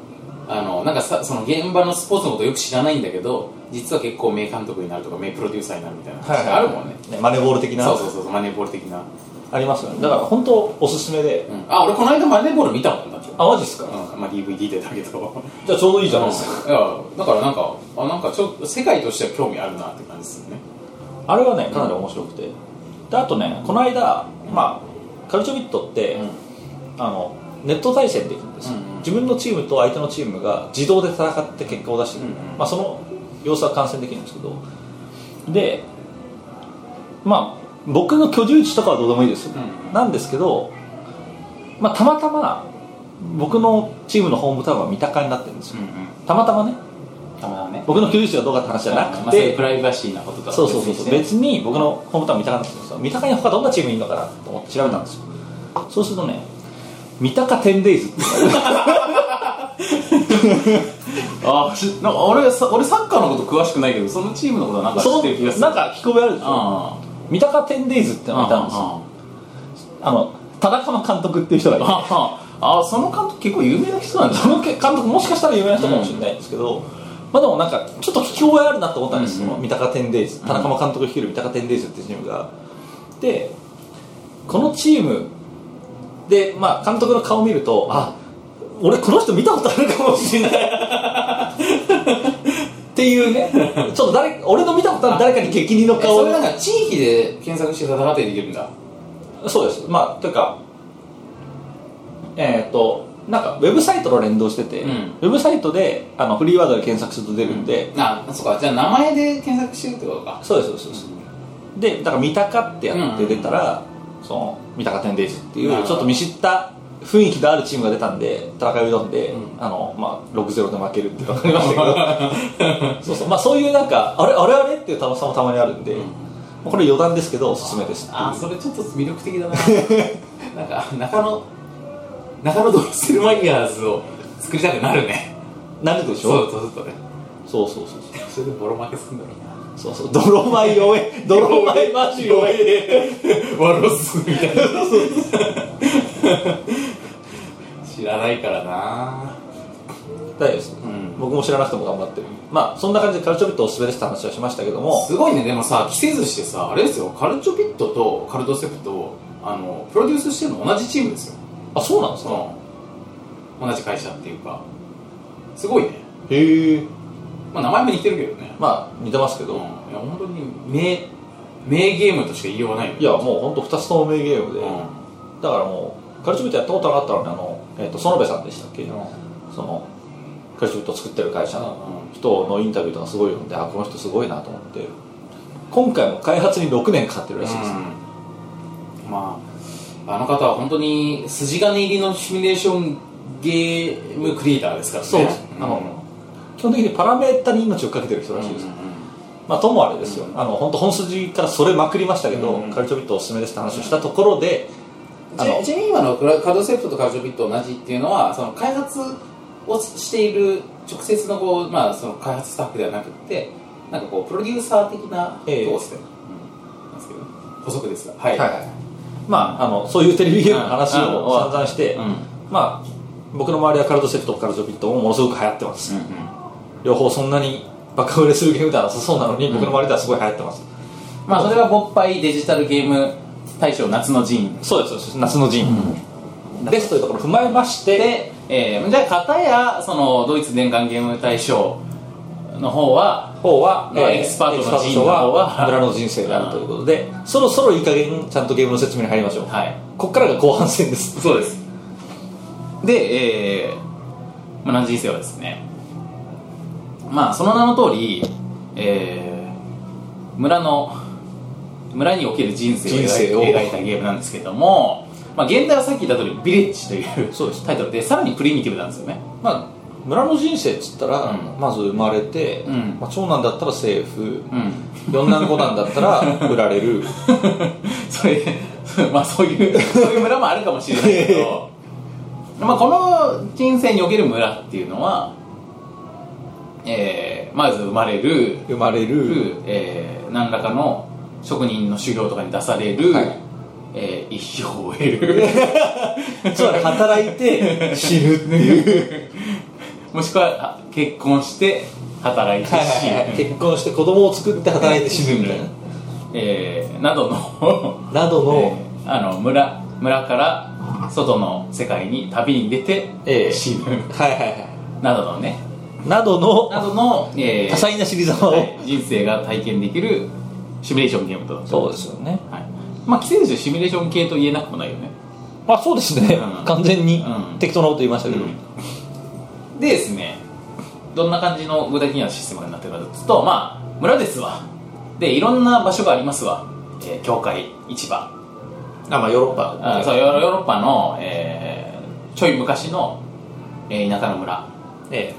B: あのなんかさその現場のスポーツのことよく知らないんだけど実は結構名監督になるとか名プロデューサーになるみたいな話あるもんね、
C: ねマネーボール的な
B: そうそうそうそうマネーボール的な、
C: ありますよねだから本当おすすめで、
B: うんあ俺この間マネーボール見たもんだって
C: あマジっすか、
B: うんまあ、DVD でだけど
C: じゃあちょうどいいじゃないですか、
B: いやだからなんかあなんかちょっと世界としては興味あるなって感じですよね
C: あれはねかなり面白くて、であとねこの間、まあ、カルチョビットって、あのネット対戦できるんです
B: う
C: よ、
B: んうん
C: 自分のチームと相手のチームが自動で戦って結果を出してくる、
B: うんうん
C: まあ、その様子は観戦できるんですけどでまあ僕の居住地とかはどうでもいいですよ、
B: うんうん
C: なんですけど、まあ、たまたま僕のチームのホームタウンは三鷹になってるんですよ、
B: ん
C: たまたまね
B: うんたまたまね
C: 僕の居住地がどうかって話じゃなくて、
B: まあ、そういうプライバシーなこととは
C: そうそうそうそう
B: 別にして
C: 別に僕のホームタウン三鷹なんですよ三鷹に他どんなチームいるのかなと思って調べたんですよそうするとね三鷹テンデイズっていうのがある
B: あしなんか俺さ俺サッカーのこと詳しくないけどそのチームのことはなんか知
C: そ
B: ってる気が
C: の
B: する
C: なんか聞こえあるでしょ
B: ああ
C: 三鷹テンデイズってのがいたんですよあの田中の監督っていう人がいて
B: あああその監督結構有名な人なんだ
C: その監督もしかしたら有名な人かもしれないですけど、まあでもなんかちょっと聞き覚えあるなと思ったんですよ、
B: うんうん
C: 三鷹テンデイズ田中間監督率いる三鷹テンデイズっていうチームがでこのチームで、まあ、監督の顔を見るとあ俺この人見たことあるかもしれないっていうねちょっと誰俺の見たことある誰かに激似の
B: え
C: 顔
B: そ
C: を
B: れなんか地域で検索して戦ってできるんだ
C: そうですまあというかえっ、となんかウェブサイトと連動してて、
B: うん
C: ウェブサイトであのフリーワードで検索すると出るんで、
B: あそっかじゃあ名前で検索してるってことか
C: そうですそうです、でだから三鷹ってやって出たら、その三鷹テンデイズってい
B: なる
C: う
B: ほ
C: ち
B: ど
C: ょっと見知った雰囲気のあるチームが出たんで戦いを挑んで、
B: うん
C: あのまあ、6-0で負けるっていうのがありました けどそうそう、まあ、そういうなんかあれあれあれっていう楽しさもたまにあるんで、
B: うん
C: まあこれ余談ですけどおすすめです
B: あそれちょっと魅力 的だななんか中野中野ドロッセルマイヤーズを作りたくなるね
C: なるでし
B: そ
C: ょ
B: うそうそうね
C: そうそうそうそう
B: それでボロ負けすんだろうな
C: そうそう、泥米弱え、 泥米マジ弱え。
B: ワロスみたいな知らないからな
C: 大丈夫です、
B: ん
C: 僕も知らなくても頑張ってる。まあ、そんな感じでカルチョビットおすすめですって話はしましたけども、
B: すごいねでもさ着せずしてさあれですよカルチョピットとカルトセプトあのプロデュースしてるの同じチームですよ
C: あ、そうなんです
B: そ
C: か
B: の同じ会社っていうかすごいね
C: へえ。
B: まあ名前も似てるけどね
C: まあ、似てますけ
B: うん
C: ど、
B: いや本当に名名ゲームとしか言いようがないよね
C: いや、もうほんと2つとも名ゲームで、
B: う
C: だからもう、カルチョビットやったことなかったのに、あの、えっ、と、園部さんでしたっけ、
B: ん
C: その、カルチョビットを作ってる会社の人のインタビューとかすごい読んで、あ、この人すごいなと思って、今回も開発に6年かかってるらしいです。
B: うんまああの方は本当に筋金入りのシミュレーションゲームクリエイターですからね
C: そうです
B: ん
C: あの基本的にパラメータに命をかけてる人らしいです、まあ、ともあれですよ、あの本当本筋からそれまくりましたけど、
B: うん
C: カルチョビットおすすめですって話をしたところで、あの
B: ちちなみに今のクラカードセプトとカルチョビット同じっていうのはその開発をしている直接のこう、まあ、その開発スタッフではなくてなんかこうプロデューサー的な
C: ええ
B: どうしてなんですけど補足ですがはい、
C: はいはいまあ、あのそういうテレビゲームの話
B: うんうん
C: を散々して、
B: うん
C: まあ、僕の周りはカルトセプトもカルチョビットもものすごく流行ってます、両方そんなにバカ売れするゲームではなさそうなのに、僕の周りではすごい流行ってます
B: まあそれが勃発デジタルゲーム大賞夏の陣
C: そうですそうです夏の陣、ですというところを踏まえまして
B: でえー、じゃあ片やそのドイツ年間ゲーム大賞の方は
C: 方は、
B: まあエキスパートの
C: エキスパ
B: 人の方は
C: は村の人生であるということで、そろそろいい加減ちゃんとゲームの説明に入りましょう、
B: はい
C: こっからが後半戦です
B: そうですでえー、まあ、何人生はですねまあその名の通りえー、村の村における人生を描い
C: 人生を
B: 描いたゲームなんですけどもまあ現代はさっき言った通り「ビレッジ」という
C: そうです
B: タイトルでさらにプリミティブなんですよね
C: まあ村の人生っつったら、
B: うん
C: まず生まれて、
B: うん
C: まあ、長男だったらセーフ、
B: うん
C: 四男五男だったら売られ る
B: それまあそういうそういう村もあるかもしれないけ どまあこの人生における村っていうのは、えーまず生まれる、
C: 生まれる
B: えー何らかの職人の修行とかに出される、
C: はい
B: えー一生を得る
C: つまり働いて死ぬっていう
B: もしくはあ結婚して働いて死ぬ、
C: 結婚して子供を作って働いて死ぬみたいな
B: えーなどの
C: などの、
B: えーあの村村から外の世界に旅に出て、
C: ええ
B: 死ぬ
C: はいはいは
B: などのね
C: いなどの
B: などの、えー
C: 多彩な死に様を、
B: はい人生が体験できるシミュレーションゲームとなって
C: そうですよね
B: ます、はい、まあ既成種シミュレーション系と言えなくもないよね
C: まあそうですね、
B: うん
C: 完全に
B: うん
C: 適当なこと言いましたけど、
B: でですねどんな感じの具体的なシステムになってるかというとまあ村ですわでいろんな場所がありますわ、えー教会市場
C: あまあヨーロッパ
B: あそうヨーロヨーロッパの、えーちょい昔の、えー田舎の村
C: え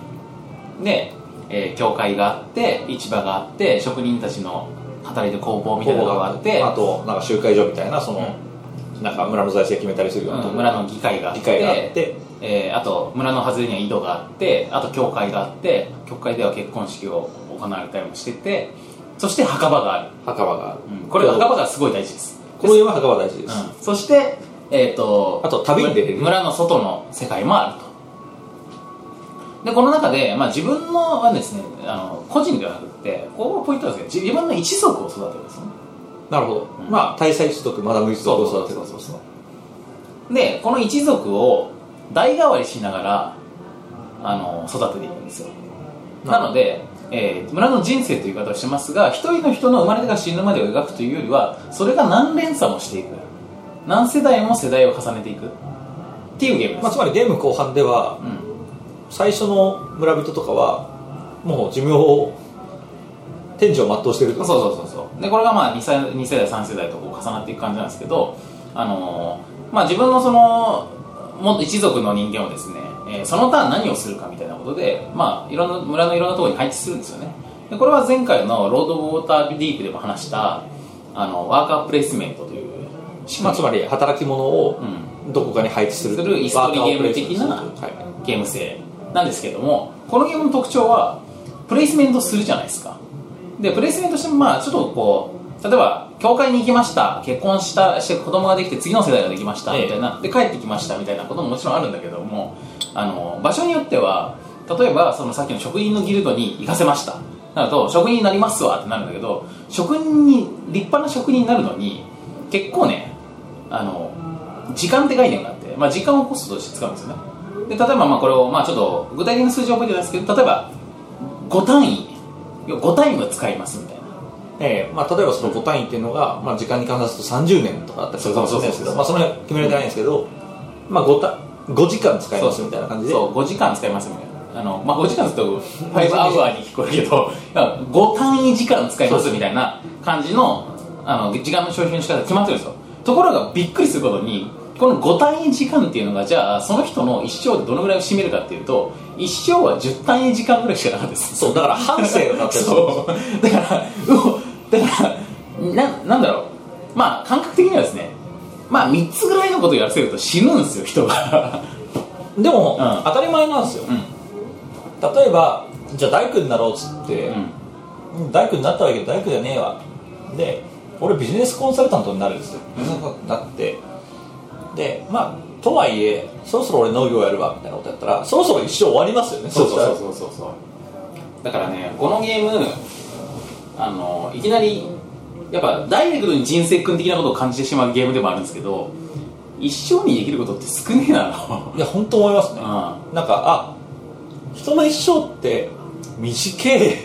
B: で、えー教会があって市場があって職人たちの働いてる工房
C: え
B: みたいなのがあって
C: あとなんか集会所みたいなその、なんか村の財政決めたりするようなと
B: う
C: こ
B: ん村の議会があって
C: 議会があって
B: えーあと村の外れには井戸があってあと教会があって教会では結婚式を行われたりもしててそして墓場がある、
C: 墓場がある、
B: うんこれ墓場がすごい大事です、
C: この家は墓場大事です、
B: うんそして、えー、と
C: あと旅に出れる
B: 村の外の世界もあるとでこの中で、まあ、自分のはですねあの個人ではなくってここがポイントなんですけど自自分の一族を育てるんですよね
C: なるほど、
B: ん
C: まあ大祭一族マダム一族を育てる
B: そうでこの一族を代替わりしながらあの育てていくんですよなので、えー村の人生という言い方をしてますが一人の人の生まれてから死ぬまでを描くというよりはそれが何連鎖もしていく何世代も世代を重ねていくっていうゲームです、
C: まあ、つまりゲーム後半では
B: うん
C: 最初の村人とかはもう寿命を天井を全うしてると
B: そうそうそうそうでこれがまあ 2, 世2世代3世代とこう重なっていく感じなんですけど、あのーまあ、自分のそのもっと一族の人間をですね、えーそのターン何をするかみたいなことで、まあ、いろんな村のいろんなところに配置するんですよねでこれは前回の「ロード・ウォーター・ディープ」でも話したあのワーカープレイスメントという仕
C: ま
B: 組
C: あ、
B: み
C: つまり働き者をどこかに配置する
B: するイストリーゲーム的な
C: ワーカーをプレイするはい
B: ゲーム性なんですけどもこのゲームの特徴はプレイスメントするじゃないですかでプレイスメントしてもまあちょっとこう例えば教会に行きました結婚したして子供ができて次の世代ができました
C: ええ
B: みたいな、で帰ってきましたみたいなことももちろんあるんだけどもあの場所によっては例えばそのさっきの職人のギルドに行かせましたなると職人になりますわってなるんだけど職人に立派な職人になるのに結構ねあの時間って概念があって、まあ、時間をコストとして使うんですよねで例えばまあこれを、まあ、ちょっと具体的な数字は覚えてないですけど例えば5単位5タイム使いますみたいな
C: ええまあ、例えばその5単位っていうのが、まあ、時間に換算すると30年とかだったりするかもしれないですけ
B: そうそうそうそう
C: どまあその辺決められてないんですけど、まあ、5, た5時間使いますみたいな感じで
B: そう5時間使いますみたいなあの、まあ、5時間すると5アワーに聞こえるけど5単位時間使いますみたいな感じのあの時間の消費の仕方が決まってるんですよところがびっくりすることにこの5単位時間っていうのがじゃあその人の一生でどのぐらいを占めるかっていうと一生は10単位時間ぐらいしかなかったです
C: そうだから半生をなってる
B: そうだからうおだからななんだろうまあ感覚的にはですねまあ3つぐらいのことをやらせると死ぬんですよ人 が
C: でも、
B: うん
C: 当たり前なんですよ、
B: ん
C: 例えばじゃあ大工になろうっつって
B: う、ん
C: 大工になったわけど大工じゃねえわで俺ビジネスコンサルタントになるんですよビジネスコンサルタン トになってでまあとはいえそろそろ俺農業やるわみたいなことやったらそろそろ一生終わりますよね
B: そうそう
C: う
B: そうそうそうだからねこのゲームあのいきなりやっぱダイレクトに人生君的なことを感じてしまうゲームでもあるんですけど一生にできることって少ねえな の
C: いや本当思いますね
B: う
C: なんかあ人の一生って短い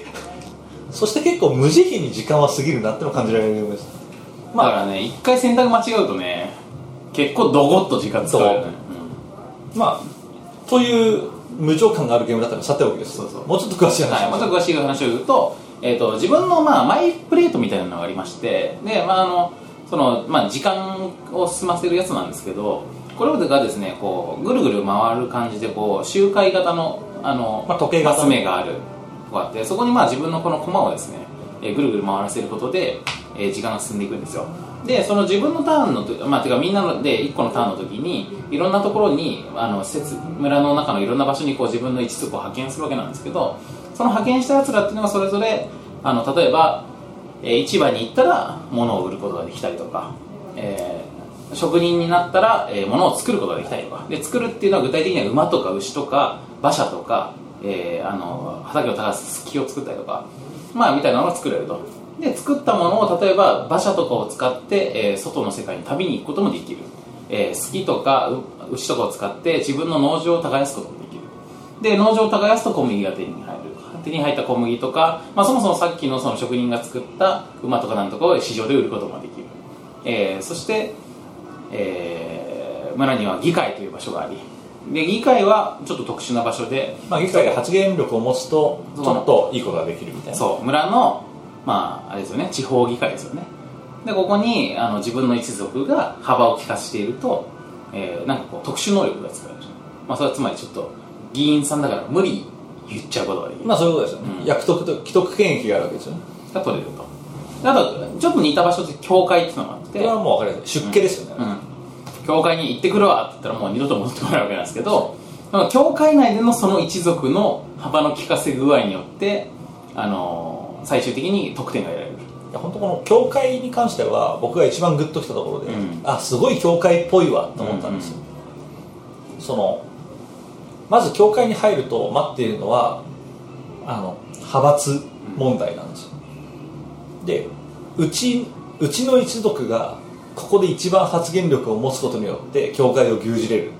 C: そして結構無慈悲に時間は過ぎるなってのを感じられるようです
B: んだからね一回選択間違うとね結構ドゴッと時間使うよね
C: そうまあという無情感があるゲームだったらさておきです
B: そうそう
C: もうちょっと詳しい
B: うんはい、
C: 話
B: また詳しい話を言うと,、えー、と自分の、まあ、マイプレートみたいなのがありましてで、まああのそのまあ、時間を進ませるやつなんですけどこれがですねこうぐるぐる回る感じでこう周回型のあの、
C: まあ時計型
B: マス目があるこうあってそこにまあ自分のこの駒をですね、えーぐるぐる回らせることで、えー時間が進んでいくんですよでその自分のターンのとまあてかみんなので1個のターンの時にいろんなところにあの施設村の中のいろんな場所にこう自分の一族を派遣するわけなんですけどその派遣したやつらっていうのがそれぞれあの例えば、えー市場に行ったら物を売ることができたりとか、えー職人になったら、えー物を作ることができたりとかで作るっていうのは具体的には馬とか牛とか馬車とか、えーあの畑を耕す木を作ったりとかまあみたいなのが作れるとで作ったものを例えば馬車とかを使って、えー外の世界に旅に行くこともできる、えー、スキとかう牛とかを使って自分の農場を耕すこともできるで農場を耕すと小麦が手に入る手に入った小麦とか、まあ、そもそもさっきのその職人が作った馬とかなんとかを市場で売ることもできる、えーそして、えー村には議会という場所がありで議会はちょっと特殊な場所で
C: まあ、議会で発言力を持つとち
B: そう
C: ょっといいことができるみたいな
B: そう村のまああれですよね地方議会ですよねでここにあの自分の一族が幅を利かしていると、えーなんかこう特殊能力が使える、まあ、それはつまりちょっと議員さんだから無理言っちゃうことができる
C: まあそういうことですよね、
B: うん
C: 役得と既得権益があるわけですよね
B: が取れるとであとちょっと似た場所で教会っていうのがあっ
C: こ
B: て
C: れはもう分かりやすい出家ですよね、
B: うん、教会に行ってくるわって言ったらもう二度と戻ってこないわけなんですけどでも教会内でのその一族の幅の利かせ具合によって、あのー最終的に得点が得られる
C: いや本当この教会に関しては僕が一番グッときたところで、
B: うん
C: あすごい教会っぽいわと思ったんですよ、そのまず教会に入ると待っているのはあの派閥問題なんですよ、でうちうちの一族がここで一番発言力を持つことによって教会を牛耳れるっ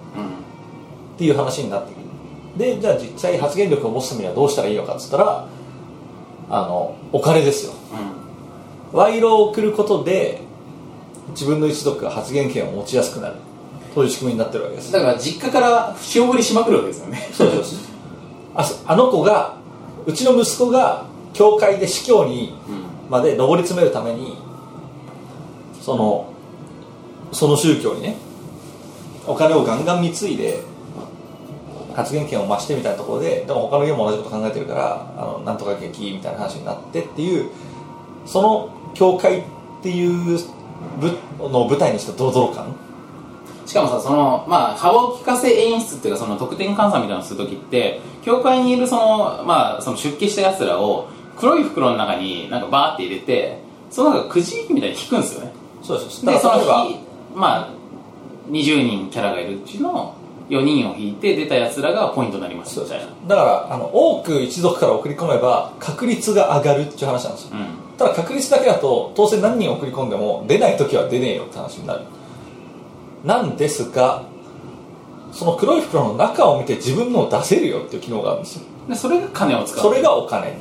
C: ていう話になってくるでじゃあ実際発言力を持つためにはどうしたらいいのかっつったらあのお金ですよ
B: う
C: 賄賂を送ることで自分の一族が発言権を持ちやすくなるという仕組みになってるわけで
B: ん、
C: す
B: だから実家から塩振りしまくるわけですよね
C: そうですあそあの子がうちの息子が教会で司教に
B: うん
C: まで上り詰めるためにそのその宗教にねお金をガンガン貢いで発言権を増してみたいなところででも他の家も同じこと考えてるからあのなんとか劇みたいな話になってっていうその教会っていうぶのを舞台にしたドロドロ感
B: しかもさそのまあ幅を利かせ演出っていうかその得点換算みたいなのをするときって教会にいるそのまあその出家したやつらを黒い袋の中になんかバーって入れてその中くじ引きみたいに引くんですよね
C: そうです
B: で
C: だ
B: そ
C: か
B: の
C: ら例えば
B: 日まあ20人キャラがいるうちの4人を引いて出たやつらがポイントになります
C: そう
B: みたいな
C: だからあの多く一族から送り込めば確率が上がるっていう話なんですよ
B: うん
C: ただ確率だけだと当然何人送り込んでも出ない時は出ねえよって話になるなんですがその黒い袋の中を見て自分のを出せるよっていう機能があるんですよ
B: でそれが金を使う
C: それがお金っていう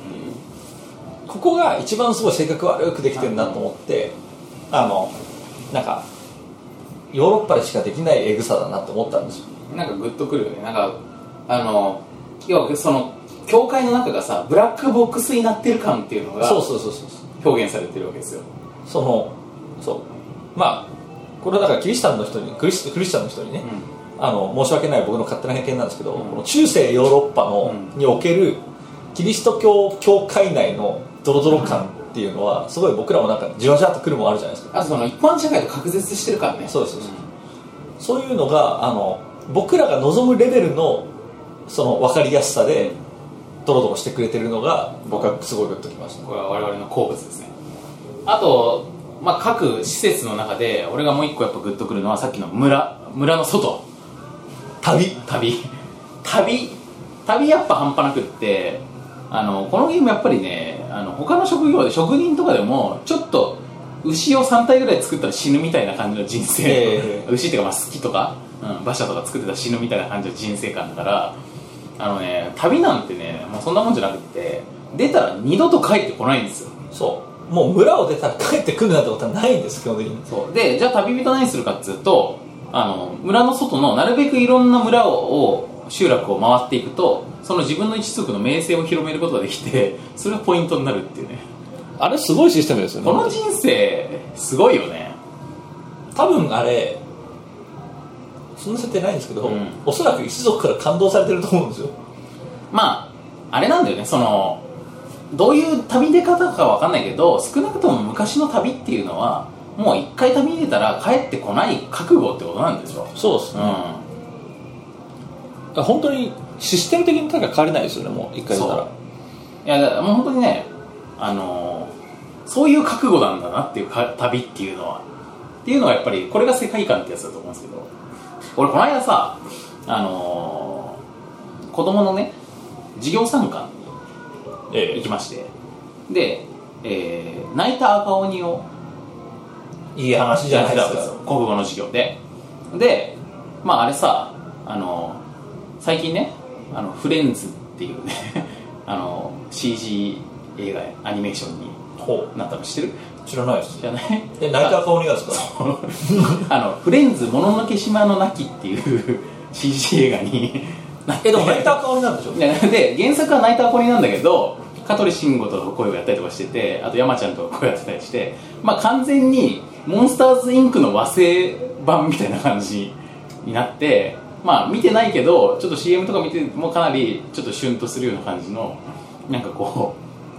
C: ここが一番すごい性格悪くできてるなと思ってあのなんかヨーロッパでしかできないエグさだなと思ったんですよ
B: なんかグッとくるよねなんかあの要はその教会の中がさブラックボックスになってる感っていうのが
C: そうそうそうそうそう
B: 表現されてるわけですよ
C: そのそうまあこれはだからキリシタンの人にクリスクリスチャンの人にね、あの申し訳ない僕の勝手な偏見なんですけど、
B: うん
C: この中世ヨーロッパの、
B: う
C: におけるキリスト教教会内のドロドロ感っていうのはすごい僕らもなんかじわじわっとくるものあるじゃないですか
B: あとその一般社会と隔絶してるからね
C: そうですそうですそういうのがあの僕らが望むレベルのその分かりやすさでドロドロしてくれてるのが僕はすごいグッときました
B: これは我々の好物ですねあと、まあ、各施設の中で俺がもう一個やっぱグッとくるのはさっきの村村の外
C: 旅
B: 旅旅旅やっぱ半端なくってあのこのゲームやっぱりねあの他の職業で職人とかでもちょっと牛を3体ぐらい作ったら死ぬみたいな感じの人生、
C: え
B: 牛っていうかまあ好きとか、うん、馬車とか作ってたら死ぬみたいな感じの人生観だからあのね旅なんてねもうそんなもんじゃなくて出たら二度と帰ってこないんですよ
C: そうもう村を出たら帰ってくるなんてことはないんです基本的に
B: そうでじゃあ旅人何するかっつうとあの村の外のなるべくいろんな村をを集落を回っていくとその自分の一族の名声を広めることができて それがポイントになるっていうね
C: あれすごいシステムですよ
B: この人生すごいよね
C: 多分あれそんな設定ないんですけど、
B: うん
C: おそらく一族から感動されてると思うんですよ
B: まああれなんだよねそのどういう旅出方かわかんないけど少なくとも昔の旅っていうのはもう一回旅に出たら帰ってこない覚悟ってことなんでしょ
C: そうです
B: う
C: ね、
B: ん
C: 本当にシステム的になんか変われないですよねもう一回出たら
B: いやもう本当にねあのそういう覚悟なんだなっていうか旅っていうのはっていうのはやっぱりこれが世界観ってやつだと思うんですけど俺この間さあの子供のね授業参観に
C: え
B: 行きましてで、えー泣いた赤鬼を
C: いい話じゃないです
B: やってたんよ
C: か
B: 国語の授業ででまああれさあの最近ね「あのフレンズ」っていうね あの CG 映画アニメーションに
C: ほ
B: なったの知ってる
C: う知らないです
B: 知らない
C: え 泣いた顔にがですか
B: あの「フレンズもののけ島のなき」っていう CG 映画になって
C: えでも泣いた顔になんでしょ
B: ねで原作はナイターコリなんだけど香取慎吾と声をやったりとかしててあと山ちゃんと声をやってたりしてまあ完全にモンスターズインクの和製版みたいな感じになってまあ見てないけどちょっと CM とか見てもかなりちょっとシュンとするような感じのなんかこ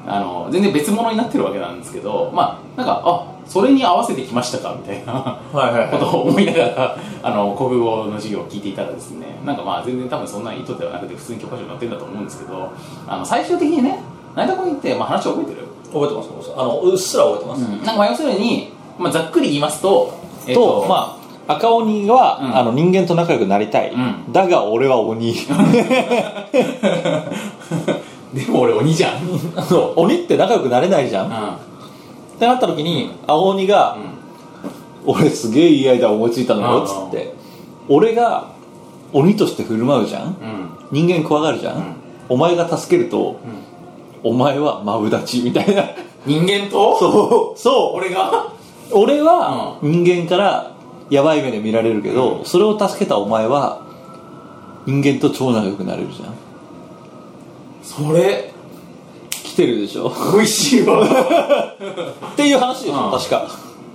B: うあの全然別物になってるわけなんですけどまあなんかあそれに合わせてきましたかみたいな
C: はいはい
B: こと
C: は
B: を思いながらあの国語の授業を聞いていたらですねなんかまあ全然多分そんな意図ではなくて普通に教科書に載ってるんだと思うんですけどあの最終的にね成田君って、まあ、話覚えてる、
C: い覚えてます覚えてますあのうっすら覚えてます、
B: なんかまあ要するに、まあ、ざっくり言いますと、えっ
E: と、まあ、赤鬼は、
B: うん
E: あの人間と仲良くなりたい、
B: うん
E: だが俺は 鬼
B: でも俺鬼じゃん、うん、
E: そう鬼って仲良くなれないじゃん、ってなった時に青鬼が「俺すげえいいアイデア思いついたのよ」っつって俺が鬼として振る舞うじゃん
B: うん
E: 人間怖がるじゃん、
B: ん
E: お前が助けると、お前はマブダチみた いな
B: 人間と
E: そうそう
B: 俺が
E: 俺は人間からやばい目で見られるけど、それを助けたお前は人間と超仲良くなれるじゃん
B: それ
E: 来てるでしょ
B: 美味しいわ
E: っていう話でしょ、
B: うん
E: 確か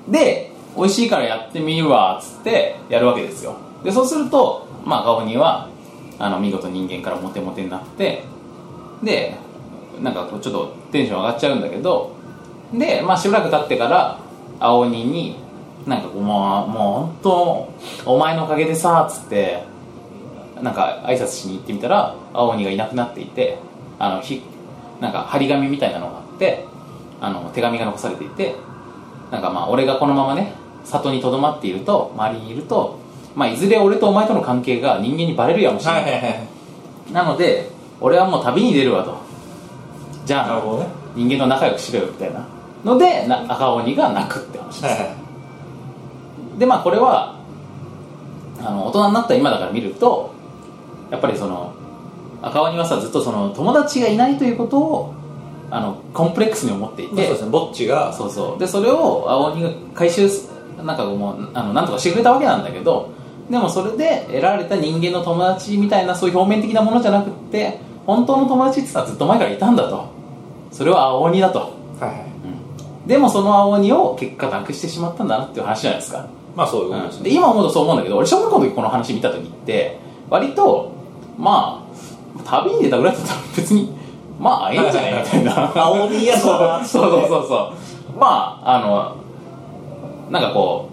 B: で美味しいからやってみるわっつってやるわけですよでそうするとまあ赤鬼はあの見事人間からモテモテになってでなんかこうちょっとテンション上がっちゃうんだけどでまあしばらく経ってから青鬼になんかこうもうもう本当お前のおかげでさっつってなんか挨拶しに行ってみたら青鬼がいなくなっていてあのひなんか張り紙みたいなのがあってあの手紙が残されていてなんかまあ俺がこのままね里にとどまっていると周りにいると、まあ、いずれ俺とお前との関係が人間にバレるやもしれな
C: はい
B: い、
C: はいはい
B: なので俺はもう旅に出るわとじゃあ
C: なるほどね
B: 人間と仲良くしろよみたいなのでな赤鬼が泣くって話です、
C: はいはい
B: でまあこれはあの大人になった今だから見るとやっぱりその赤鬼はさずっとその友達がいないということをあのコンプレックスに思ってい
C: まあ
B: て
C: そうですねぼっちが
B: そうそうでそれを青鬼が回収すなんかもうあのなんとかしてくれたわけなんだけどでもそれで得られた人間の友達みたいなそういう表面的なものじゃなくって本当の友達ってさずっと前からいたんだとそれは青鬼だと
C: はいはい
B: でもその青鬼を結果なくしてしまったんだなっていう話じゃないですか
C: まあそういうことです
B: うんで
C: ね、
B: 今思うとそう思うんだけど俺小学校の時この話見た時って割とまあ旅に出たぐらいだったら別にまあええんじゃないみたいな
C: 青鬼やから
B: そうそうそうそうまああのなんかこ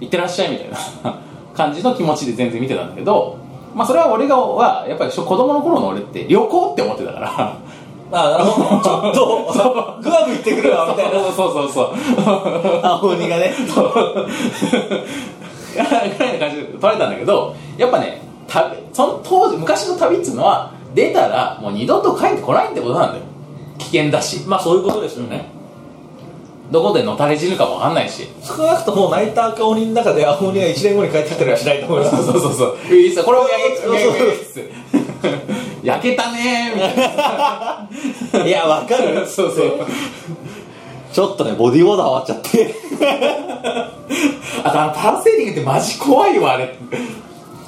B: う「いってらっしゃい」みたいな 感じの気持ちで全然見てたんだけどまあそれは俺がはやっぱり子供の頃の俺って旅行って思ってたから
C: ああのちょっとグアム行ってくるわみたいな
B: そうそうそうそう青鬼がねそう ぐらいの感じで取れたんだけどやっぱね旅その当時昔の旅っつうのは出たらもう二度と帰ってこないってことなんだよ危険だし
C: まあそういうことですよね、
B: どこでのたれ死ぬかもわかんないし
C: 少なくとも泣いた赤鬼の中で青鬼が1年後に帰ってきたりはしないと思います
B: そうそうそうそうウィスこれも焼けそうそう 焼けたねーみたいない
C: やわかる
B: そうそう
E: ちょっとねボディーボーダー終わっちゃ って
B: あとあのパラセーリングってマジ怖いわあれ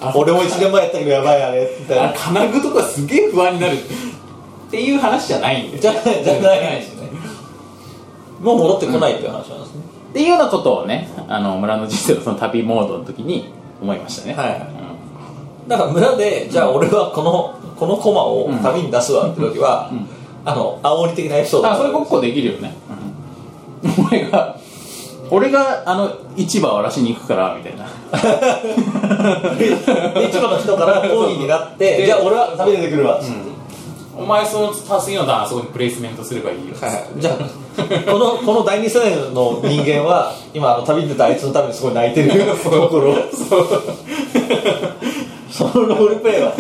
B: あ
C: 俺も1年前やったけどやばいあれみたい
B: あ
C: な
B: れ金具とかすげえ不安になるっていう話じゃないんで
C: じゃないじゃないですねもう戻ってこないっていう話なんですね、
B: っていうようなことをねあの村の人生のその旅モードの時に思いましたね
C: はいだから村でじゃあ俺はこのこのコマを旅に出すわって時は、あの青鬼的なエピソード
B: あそれごっこできるよね、俺が俺があの市場を荒らしに行くからみたいな
C: で市場の人から抗議になって
B: で
C: じゃあ俺は旅に出てくるわっつって、
B: お前その次の段あそこにプレイスメントすればいいよ、
C: はい、じゃあこのこの第二世代の人間は今あの旅に出たあいつのためにすごい泣いてるところそのロールプレイは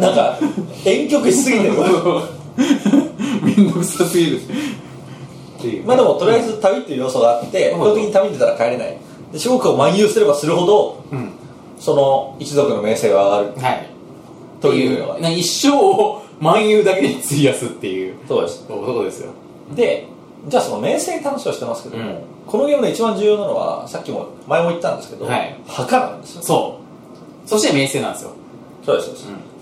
C: なんか婉曲しすぎてる
B: めんどくさすぎるっていう
C: まあでもとりあえず旅っていう要素があって基本的に旅に出たら帰れないで四国を漫遊すればするほど
B: うん
C: その一族の名声は上がる
B: はい
C: というのがね
B: な一生を漫遊だけに費やすっていう
C: そうです
B: 男ですよ
C: でじゃあその名声に楽しみをしてますけども、
B: うん
C: このゲームの一番重要なのはさっきも前も言ったんですけど、
B: はい
C: 墓なんですよ
B: そうそして名声なんですよ
C: そうですそう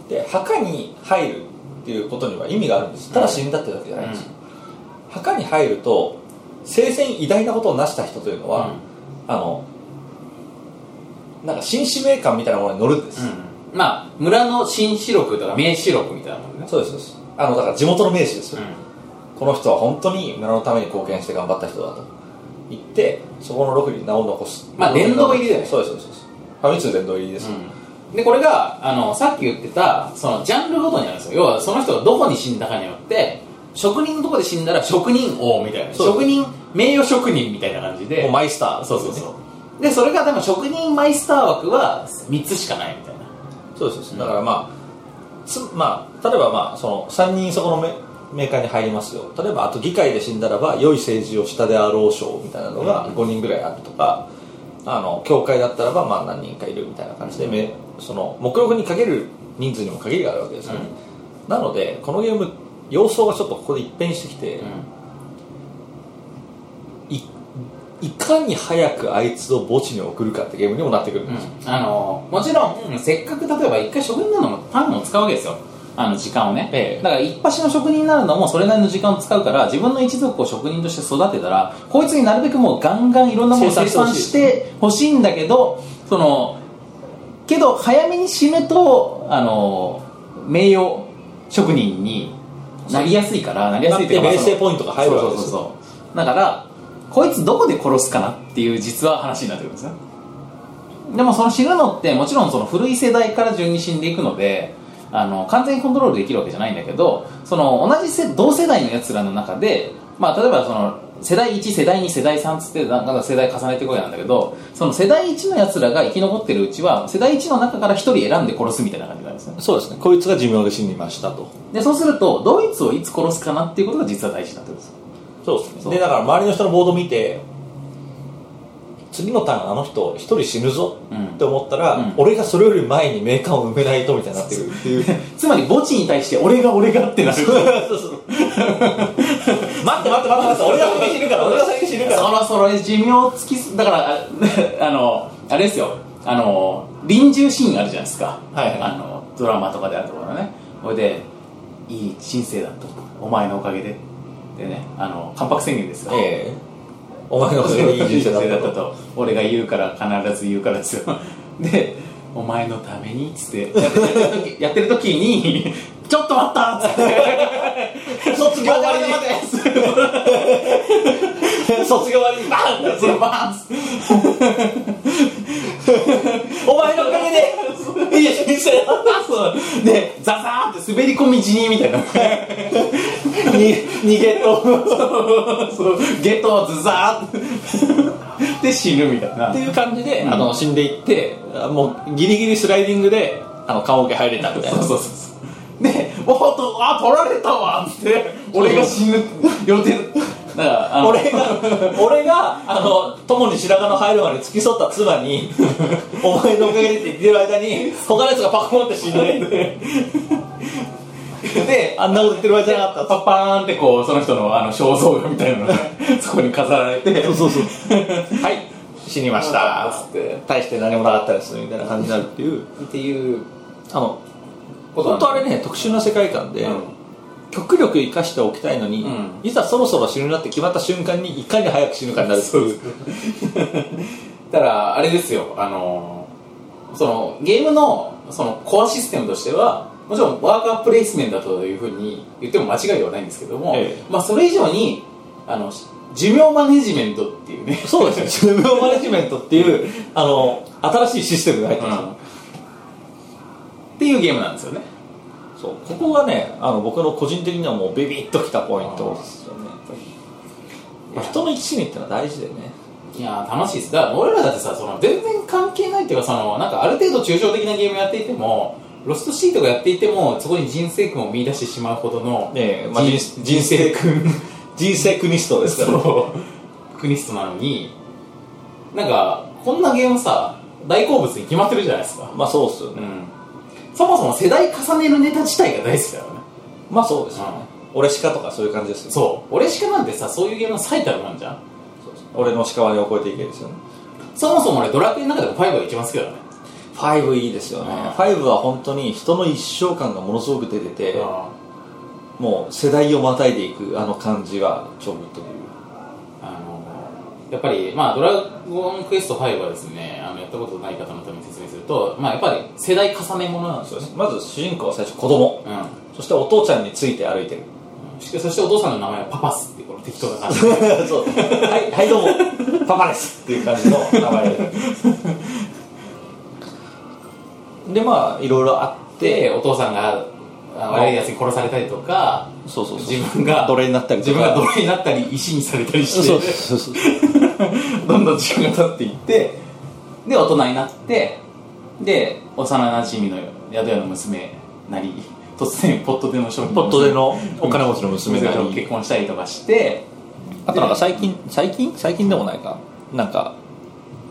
C: です、で墓に入るっていうことには意味があるんですただ死んだってだけじゃないんです、墓に入ると生前偉大なことを成した人というのは、あのなんか新使命感みたいなものに乗るんです、
B: うんまあ村の新四六とか名四六みたいなもんね
C: そうですそうですあのだから地元の名士ですよ、
B: う
C: この人は本当に村のために貢献して頑張った人だと言ってそこのロクに名を残す
B: まあ殿堂入りだよね
C: そうですそうですそうですファミ通殿堂入りです、
B: んでこれがあのさっき言ってたそのジャンルごとにあるんですよ要はその人がどこに死んだかによって職人のとこで死んだら職人王みたいな
C: そう
B: 職人名誉職人みたいな感じで
C: もうマイスター
B: そうそうそうでそれがでも職人マイスター枠は3つしかないみたいな
C: そうですそうです、だからまあつ、まあ、例えばまあその3人そこのメメーカーに入りますよ例えばあと議会で死んだらば良い政治をしたであろう賞みたいなのが5人ぐらいあるとか、あの教会だったらばまあ何人かいるみたいな感じで、めその目録にかける人数にも限りがあるわけですよね、なのでこのゲーム様相がちょっとここで一変してきて、いいかに早くあいつを墓地に送るかってゲームにもなってくるんですよ、
B: あのもちろん、せっかく例えば一回職人なのもパンを使うわけですよあの時間をね、
C: ええ
B: だから一発の職人になるのもそれなりの時間を使うから自分の一族を職人として育てたらこいつになるべくもうガンガンいろんなものを生産してほしいんだけどそのけど早めに死ぬとあの名誉職人になりやすいからなりやすい
C: なって
B: まあその
C: 名声ポイントが入るわけです
B: そ
C: よ
B: うそうそうそうだからこいつどこで殺すかなっていう実は話になってくるんですねでもその死ぬのってもちろんその古い世代から順に死んでいくのであの完全にコントロールできるわけじゃないんだけどその同じせ同世代のやつらの中で、まあ、例えばその世代1世代2世代3つってなんか世代重ねていくわけなんだけどその世代1のやつらが生き残ってるうちは世代1の中から1人選んで殺すみたいな感じなんですね
C: そうですねこいつが寿命で死にましたと
B: でそうするとドイツをいつ殺すかなっていうことが実は大事になってくるんです
C: そうです
B: そ
C: ね
B: う
C: でだから周りの人のボード見て次のターンあの人一人死ぬぞ
B: うん
C: って思ったら、
B: うん
C: 俺がそれより前に名鑑を埋めないとみたいになってるっていう
B: つまり墓地に対して俺が俺がってなる
C: そう そう待って待って待って待って俺が先に死ぬから俺が先に死ぬか
B: そ
C: ら
B: ろそろ寿命つきすだから ああのあれですよあの臨終シーンあるじゃないですか、
C: はいはい
B: あのドラマとかであるところのねこれでいい人生だとお前のおかげででねあの関白宣言ですよ、
C: ええお前のおかげでいい人生だったと
B: と俺が言うから必ず言うからですよでお前のためにっつってやってる時 に「ちょっと待った!」っつって
C: 卒業終わり に卒業終わりにバン
B: そのバーンっつって
C: お前のおかげでいい人生だった
B: そう でザザーって滑り込み死にみたいな
C: に逃げろ
B: そうゲトズザーってで死ぬみたいな
C: っていう感じで、
B: うん
C: あの死んでいってあもうギリギリスライディングであの棺桶入れたみたい
B: そ
C: な
B: うそうそうそうでおっとあ取られたわって俺が死ぬ予定だからあの
C: 俺が俺があの友に白髪の生えるまで付き添った妻 にお前のおかげでって言ってる間に他のやつがパコンって死んで
B: で
C: あんなこと言ってる場合じゃなかった
B: パッパーンってこうその人のあの肖像画みたいなのがそこに飾られてそうそうそう はい
C: 死にましたつって大して何もなかったですみたいな感じになるっていう
F: っていう
C: あの
B: ことなん
C: 本
B: だ
C: 当あれね特殊な世界観で、
B: うん
C: 極力生かしておきたいのに、
B: うん
C: いざそろそろ死ぬなって決まった瞬間にいかに早く死ぬかになるっていう
B: だからあれですよあのそのゲームのそのコアシステムとしてはもちろんワーカープレイスメントだというふうに言っても間違いではないんですけども、
C: ええ
B: まあそれ以上にあの寿命マネジメントっていうね
C: そうですね寿命マネジメントっていうあの新しいシステムが 入ってますよ、
B: っていうゲームなんですよね
C: そうここがねあの僕の個人的にはもうビビッときたポイントですよねまあ人の生き死にってのは大事でね
B: いやー楽しいですだから俺らだってさその全然関係ないっていうかそのなんかある程度抽象的なゲームやっていてもロストシートがやっていてもそこに人生訓を見出してしまうほどの、
C: ねえまあ
B: 人
C: 人
B: 人生訓
C: 人生クニストですから
B: そうクニストなのになんかこんなゲームさ大好物に決まってるじゃないですか
C: まあそうっすよ
B: う
C: ね、
B: んそもそも世代重ねるネタ自体が大好きだからね
C: まあそうですよね、俺しかとかそういう感じですよね
B: そう俺しかなんてさそういうゲームの最たるもんじゃん
C: 俺の屍を超えていけですよね
B: そもそも俺ドラクエの中でも5が一番好きだよね
C: 5いいですよね
B: うん
C: 5は本当に人の一生感がものすごく出ててもう世代をまたいでいくあの感じがちょぶという
B: あのやっぱり、まあ、ドラゴンクエスト5はですねあのやったことない方のために説明すると、まあ、やっぱり世代重ねものなんですよね、
C: まず主人公は最初子供
B: う
C: そしてお父ちゃんについて歩いてる
B: ん、しそしてお父さんの名前はパパスっていうこの適当な感じ
C: そう はいはいどうもパパですっていう感じの名前ででまあいろいろあって
B: でお父さんがあ悪いやつに殺されたりとか
C: そうそうそう
B: 自分が
C: 奴隷になったりと
B: 自
C: か
B: 分が奴隷になったり石にされたりして
C: そうそうそう
B: どんどん時間が経っていってで大人になってで幼馴染の宿屋の娘なり突然ポットでの商品
C: ポットでのお金持ちの娘なり
B: と結婚したりとかして
C: あとなんか最近最近最近でもないかなんか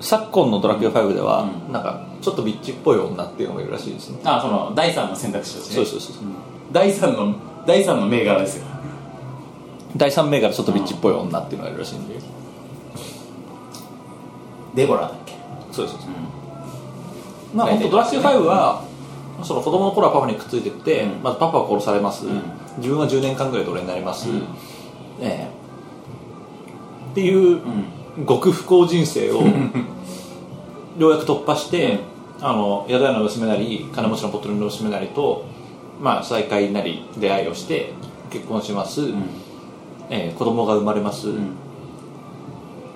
C: 昨今の「ドラクエ5」では、
B: う
C: なんかちょっとビッチっぽい女っていうのがいるらしいですね
B: あその第三の選択肢として
C: そうそうそう
B: うん第三の第三の銘柄ですよ
C: 第3名からちょっとビッチっぽい女っていうのがいるらしいんで、
B: デボラだっけ
C: そうそうそう
B: う
C: まあ本当ドラクエ5はその子供の頃はパパにくっついてって、
B: うん
C: まずパパは殺されます、
B: うん
C: 自分は10年間ぐらい奴隷になります、
B: うん
C: ええっていう、
B: んうん
C: 極不幸人生 をようやく突破して、あの宿屋の娘なり金持ちのポトルの娘なりと、まあ、再会なり出会いをして結婚します、えー子供が生まれます、
B: うん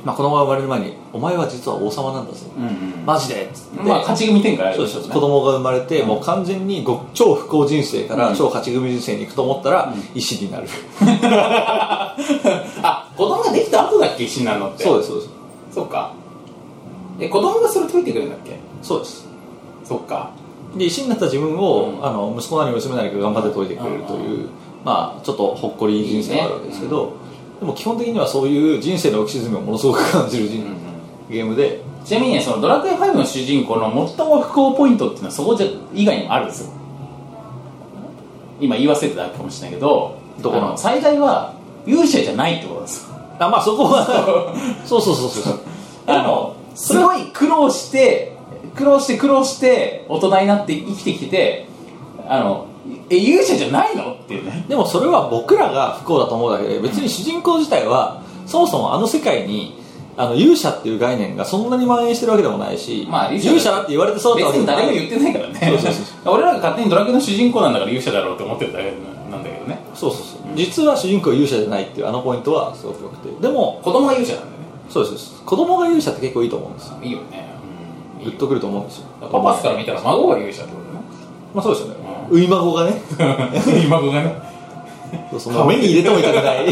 C: まあ、子供が生まれる前に「お前は実は王様なんだぞ、
B: うん
C: マジで」っつって、
B: まあ勝ち組展開ある
C: そうです子供が生まれて、もう完全にご超不幸人生から、
B: うん
C: 超勝ち組人生に行くと思ったら、石になる
B: あ子供ができた後だっけ石になるのって
C: そうですそうです
B: そっかえ子供がそれ解いてくれるんだっけ
C: そうです
B: そっか
C: で石になった自分を、
B: うん
C: あの息子なり娘なりが頑張って解いてくれるという、まあちょっとほっこり人生があるわけですけど、でも基本的にはそういう人生の浮き沈みをものすごく感じる人、ゲームで
B: ちなみにねそのドラクエ5の主人公の最も不幸ポイントっていうのはそこじゃ以外にもあるんですよ今言い忘れてたかもしれないけど
C: どこなの
B: あ最大は勇者じゃないってことなんですよ
C: あまあそこ はそうそうそうそうそう
B: あのすごい苦労して苦労して苦労して大人になって生きてきててあのえ勇者じゃないのっていうね
C: でもそれは僕らが不幸だと思うだけで別に主人公自体はそもそもあの世界にあの勇者っていう概念がそんなに蔓延してるわけでもないし、
B: まあ勇者
C: 勇者だって言われてそうだ
B: 別
C: ったわけ
B: に
C: でも
B: 誰も言ってな
C: ない
B: いからね
C: そうそう
B: 俺らが勝手にドラクエの主人公なんだから勇者だろうと思ってるだけなんだけどね
C: そうそうそう実は主人公は勇者じゃないっていうあのポイントはすごく良くてでも
B: 子供が勇者なんだよね
C: そうですそうです子供が勇者って結構いいと思うんですよ
B: いいよね、うんい
C: グ
B: い
C: ッ
B: よ
C: とくると思うんですよ
B: パパスから見たら孫が勇者ってこ
C: まあそうですよね初孫が ね
B: と ね孫がね
C: そうその目に入れても痛くない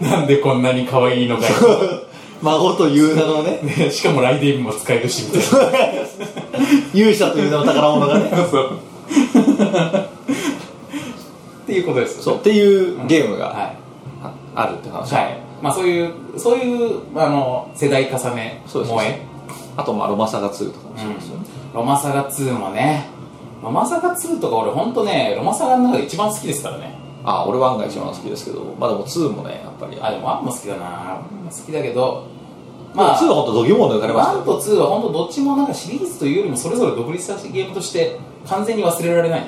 B: なんでこんなに可愛いのか
C: 孫という名の ね
B: よしかもライディンも使えるしみたい
C: 勇者という名の宝物が ね
B: なそうっていうことですよ
C: そうっていうゲームが
B: はい
C: あるって話、
B: はいまあ、そういうそういうあの世代重ね
C: そうです
B: 萌え
C: あとまあロマサガ2とかもそうですよね、
B: ロマサガ2もねロマサガ2とか俺ほんとねロマサガの中で一番好きですからね
C: ああ俺は案外一番好きですけど、まあでも2もねやっぱり
B: あでも1も好きだな1も好きだけど
C: まあ2は
B: は
C: 本当度肝を抜かれましたよ
B: 1と2は本当どっちもなんかシリーズというよりもそれぞれ独立したゲームとして完全に忘れられないね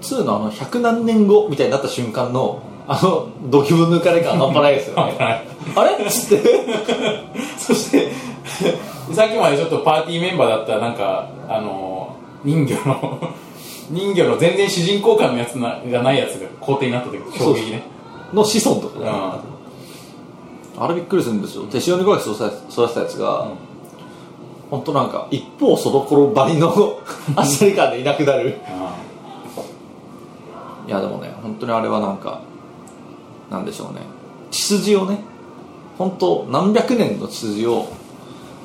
C: 2のあの100何年後みたいになった瞬間のあの度肝抜かれ感半端ないですよね あれっつって
B: そして、 さっきまでちょっとパーティーメンバーだった、なんか、あのー人魚の、人魚の全然主人公感のやつながないやつが皇帝になった時、衝撃ね。
C: の子孫とか
B: う
C: ね、
B: ん。あ
C: あれびっくりするんですよ手塩にかけて育て育てたやつが、ほん、本当なんか一方その頃ばりのあっさり感でいなくなるいやでもね本当にあれはなんかなんでしょうね血筋をね本当何百年の血筋を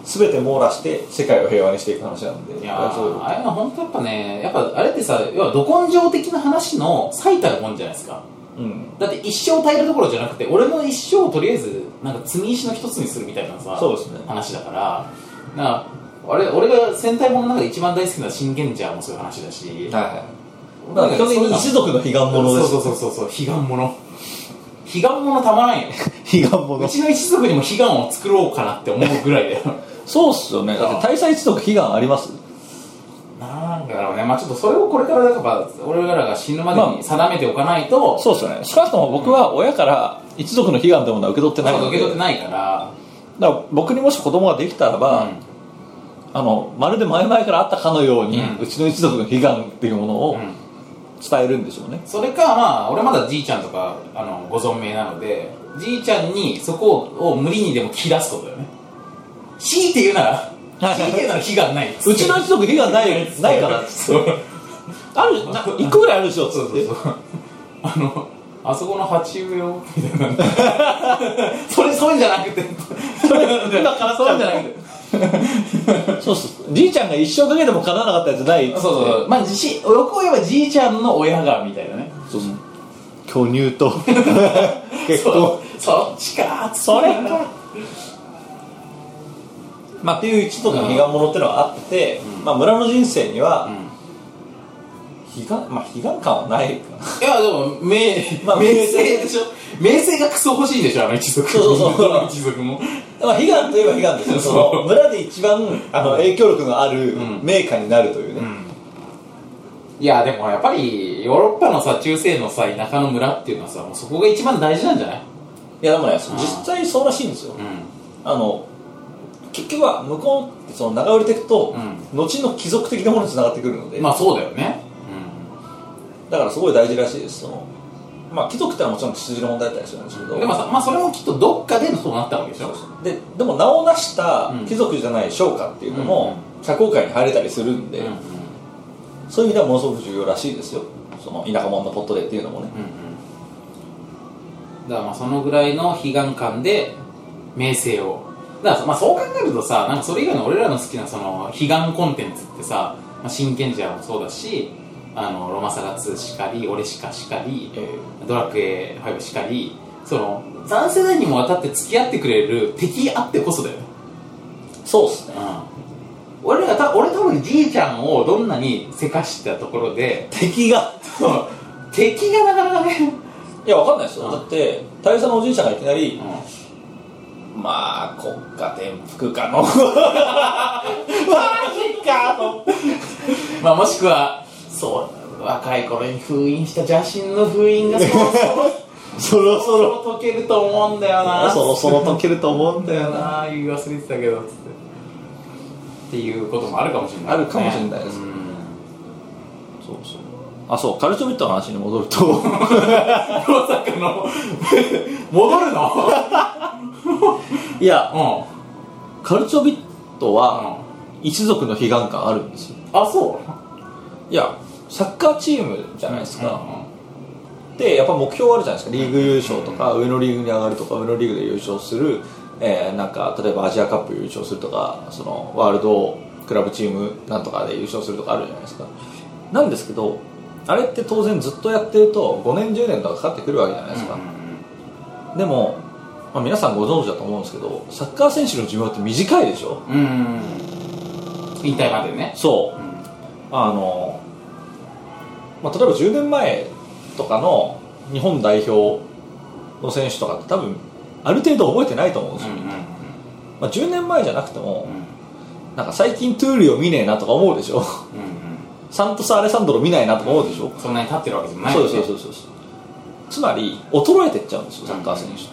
G: 全て網羅して世界を平和にしていく話なんで
B: いやーあれは本当やっぱね、やっぱあれってさ、要はど根性的な話の最たるもんじゃないですか。
G: うん
B: だって一生耐えるところじゃなくて、俺の一生をとりあえず、なんか積み石の一つにするみたいなさ、
C: そうですね
B: 話だから、なあれ俺が戦隊ものの中で一番大好きな信玄ジャーもそういう話だし、
C: はいはい
B: な
C: だ
B: ん
C: か
B: からそ
C: 基
B: うい
C: 本的
B: うの
C: に一族の悲願者です
B: そうそうそうそうそう悲願者悲願者たま らんよ
C: 悲願
B: うちの一族にも悲願を作ろうかなって思うぐらいだよ
C: そうっすよねだって大祭一族悲願あります
B: なんだろうねまあちょっとそれをこれからだから俺らが死ぬまで
C: ま
B: に
C: あ
B: 定めておかないと、
C: そうっすよね少なくとも僕は親から一族の悲願というものは受け取って
B: ま
C: な
B: あ、
C: い
B: 受
C: の
B: け
C: で
B: 取ってないから、
C: だから僕にもし子供ができたらば、
B: うん
C: あのまるで前々からあったかのように、
B: うん
C: うちの一族の悲願っていうものを
B: うん
C: 伝えるんでしょうね、
B: それかまあ俺まだじいちゃんとかあのご存命なのでじいちゃんにそこを無理にでも切らすことだよね強いて言うなら 強いて言うなら悲願ないう
C: ちの一族悲願ないないから
B: そう
C: あるな1個ぐらいあるでしょっつ
B: そ
C: っ
B: うそう
C: て
B: そうあのあそこの鉢植えをみたいなそれそうじゃな くてそれ
C: 今から
B: そう
C: じ
B: じ
C: ゃ
B: ゃ
C: な
B: な
C: く
B: く
C: て
B: て
C: そうっすじいちゃんが一生かけても叶わなかったやつないっつって
B: そうそうそうまあじよく言えばじいちゃんの親がみたいなね
C: そうそう巨乳 と結
B: そ
C: 婚
B: うそっちか
C: それかまあっていう一族の悲願ものってのはあって、まあ村の人生には、悲願まあ悲願感はないかない
B: やでも名
C: まあ
B: 名声でしょ名声がクソ欲しいでしょあの一族
C: そうそうそう
B: どの一族も
C: まあ、悲願といえば悲願ですよ、その村で一番あの影響力のある
B: ん
C: 名家になるというね、
B: いやでもやっぱりヨーロッパのさ中世のさ田舎の村っていうのはさもうそこが一番大事なんじゃない
C: いやでもね、実際そうらしいんです
B: う
C: よ、あの結局は向こうってその長売りていくと、
B: う
C: 後の貴族的なものにつながってくるので、
B: まあそうだよね
C: だからすごい大事らしいです、そのまあ、貴族ってのはもちろん血筋の問題だったりするんですけど、
B: でもさまあそれもきっとどっかでそうなったわけでしょ
C: ででも名を成した
B: うん
C: 貴族じゃない商家っていうのも、社交界に入れたりするんで、そういう意味ではものすごく重要らしいですよ、その田舎者のポットでっていうのもね。
B: だからまあそのぐらいの悲願感で名声をだからまあそう考えるとさなんかそれ以外の俺らの好きなその悲願コンテンツってさ「まあ、真剣ジャー」もそうだし「あのロマサガ2」しかり「俺しか」しかり
C: え
B: 「
C: ー
B: ドラクエ5」しかりその3世代にもわたって付き合ってくれる敵あってこそだよね
C: そうっすね
B: 俺らがた俺多分じいちゃんをどんなにせかしたところで
C: 敵が
B: そう敵がなかなかね、
C: いやわかんないですよ、
B: うん
C: だって大佐のおじいちゃんがいきなり
B: うん
C: まあ国家転覆かの マジかと
B: まあもしくは
C: そ
B: 若い頃に封印した邪神の封印 がそろ
C: うそろそ
B: そ
C: ろ
B: ろ解けると思うんだよな
C: そろそろ解けると思うんだよな
B: なあ言い忘れてたけどつってっていうこともあるかもしれない、
C: あるかもしれないです
B: うん
C: そうそうあそうカルチョビットの話に戻る と
B: まさかの 戻るの
C: いや
B: うん
C: カルチョビットは
B: あ
C: 一族の悲願感あるんですよ
B: あそう
C: いやサッカーチームじゃないですか、
B: う
C: でやっぱ目標あるじゃないですかリーグ優勝とか上のリーグに上がるとか上のリーグで優勝する、えーなんか例えばアジアカップ優勝するとかそのワールドクラブチームなんとかで優勝するとかあるじゃないですかなんですけどあれって当然ずっとやってると5年10年とかかかってくるわけじゃないですか、
B: ん
C: でも、まあ、皆さんご存知だと思うんですけどサッカー選手の寿命って短いでしょ
B: うん引退までね
C: そううんあの、まあ、例えば10年前とかの日本代表の選手とかって多分ある程度覚えてないと思うんです
B: う
C: よ、
B: んうん
C: まあ、10年前じゃなくても
B: うん
C: なんか最近トゥーリを見ねえなとか思うでしょ
B: うん
C: サントス・アレサンドロ見ないなとか思うでし
B: う
C: ょ
B: んそんなに立ってるわけじゃない
C: そうですそう
B: う
C: ですそうですつまり衰えてっちゃうんですよサッカー選手って、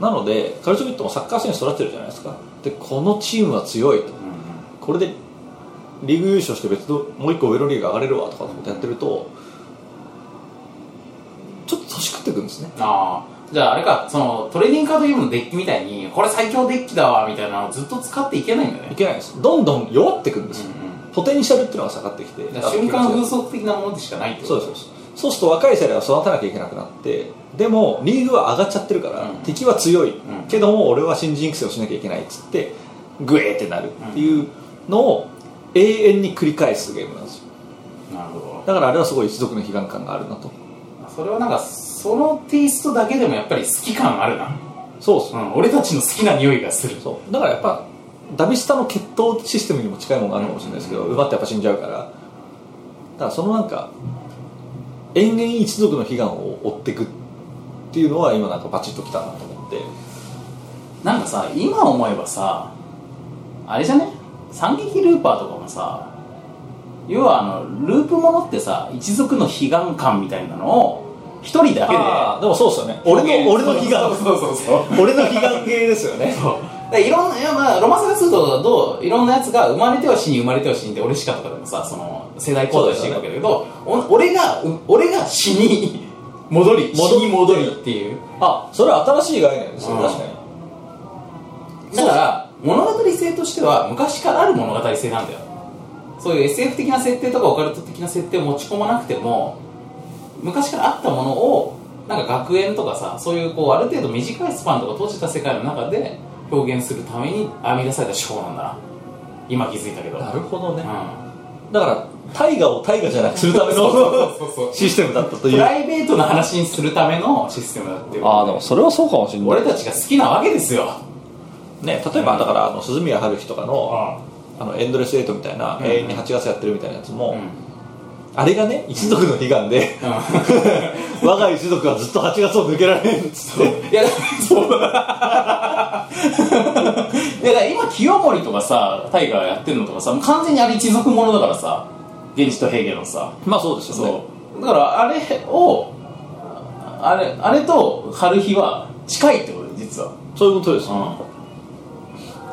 C: なのでカルチョビットもサッカー選手育てるじゃないですかでこのチームは強いと
B: んうん
C: これでリーグ優勝して別のもう一個上のリーグ上がれるわとかってことやってるとちょっと年食ってくんですね
B: ああじゃああれかそのトレーディングカードゲームのデッキみたいにこれ最強デッキだわみたいなのをずっと使っていけないんだ
C: い
B: ね
C: けないですどんどん弱ってくんですよ、
B: う
C: ポテンシャルっていうのが下がってきて
B: だから瞬間風
C: そう
B: 速的なものでしかないってこ
C: そ
B: と
C: うですそうすると若い世代は育たなきゃいけなくなってでもリーグは上がっちゃってるから、
B: うん
C: 敵は強い、
B: ん
C: けども俺は新人育成をしなきゃいけないっつってグエーってなるっていうのを永遠に繰り返すゲームなんですよ
B: なるほど
C: だからあれはすごい一族の悲願感があるなと
B: それはなんかそのテイストだけでもやっぱり好き感あるな、
C: そうですね
B: うん、俺たちの好きな匂いがする
C: そうだからやっぱダビスタの血統システムにも近いものがあるかもしれないですけど、
B: うん
C: 馬ってやっぱ死んじゃうからだからそのなんか延々一族の悲願を追っていくっていうのは今なんかバチッときたなと思って
B: なんかさ今思えばさあれじゃね三撃ルーパーとかもさ要はあのループものってさ一族の悲願感みたいなのを一人だけで
C: ああでもそうですよね俺の俺の悲願
B: そうそうそうそう
C: 俺の悲願系ですよね
B: でいろんないやまあロマサガ2とだといろんなやつが生まれては死に生まれては死にで俺しかとかでもさその世代交代していくわけだけどお俺がう俺が死に戻り
C: 戻っ
B: 死に戻りっていう
C: あそれは新しい概念ですよ、
B: うん
C: 確かに
B: だから物語性としては昔からある物語性なんだよそういう SF 的な設定とかオカルト的な設定を持ち込まなくても昔からあったものをなんか学園とかさそういうこうある程度短いスパンとか閉じた世界の中で表現するために編み出された手法なんだな今気づいたけど
C: なるほどね
B: う
C: だから大河を大河じゃなくするための
B: ん、そう そう
C: システムだったとい
B: プ
C: う
B: ライベートな話にするためのシステムだっていう
C: ああでもそれはそうかもしれない
B: 俺たちが好きなわけですよ
C: ね、例えばだからあの鈴宮春日とかの
B: あ
C: 「あのエンドレスエイト」みたいな
B: うん
C: 永遠に8月やってるみたいなやつ
B: う
C: も
B: ん、
C: あれがね一族の悲願で
B: う
C: 我が一族はずっと8月を抜けられんっつって
B: ん、いやだからそう いやだから今清盛とかさ大河やってるのとかさもう完全にあれ一族ものだからさ源氏と平家のさ
C: まあそうですよね
B: そうだからあれをあれあれと春日は近いってこと実は
C: そういうことですよ
B: う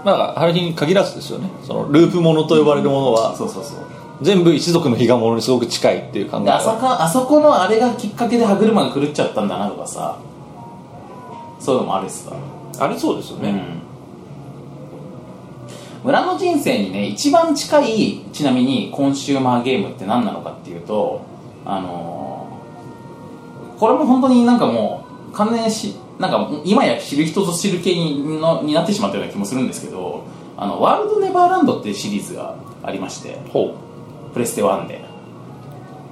C: なんか春日に限らずですよねそのループものと呼ばれるもの
B: ん
C: は
B: そうそうそう
C: 全部一族の悲願ものにすごく近いっていう考え
B: であそ
C: が
B: こあそこのあれがきっかけで歯車が狂っちゃったんだなとかさそういうのもあるしさ、
C: ありそうですよ
B: う
C: ね
B: ん、村の人生にね一番近いちなみにコンシューマーゲームって何なのかっていうとあのーこれも本当になんかもう完全にしなんかもう今や知る人ぞ知る系にのになってしまったような気もするんですけどあのワールドネバーランドっていうシリーズがありまして
C: ほ
B: プレステ1で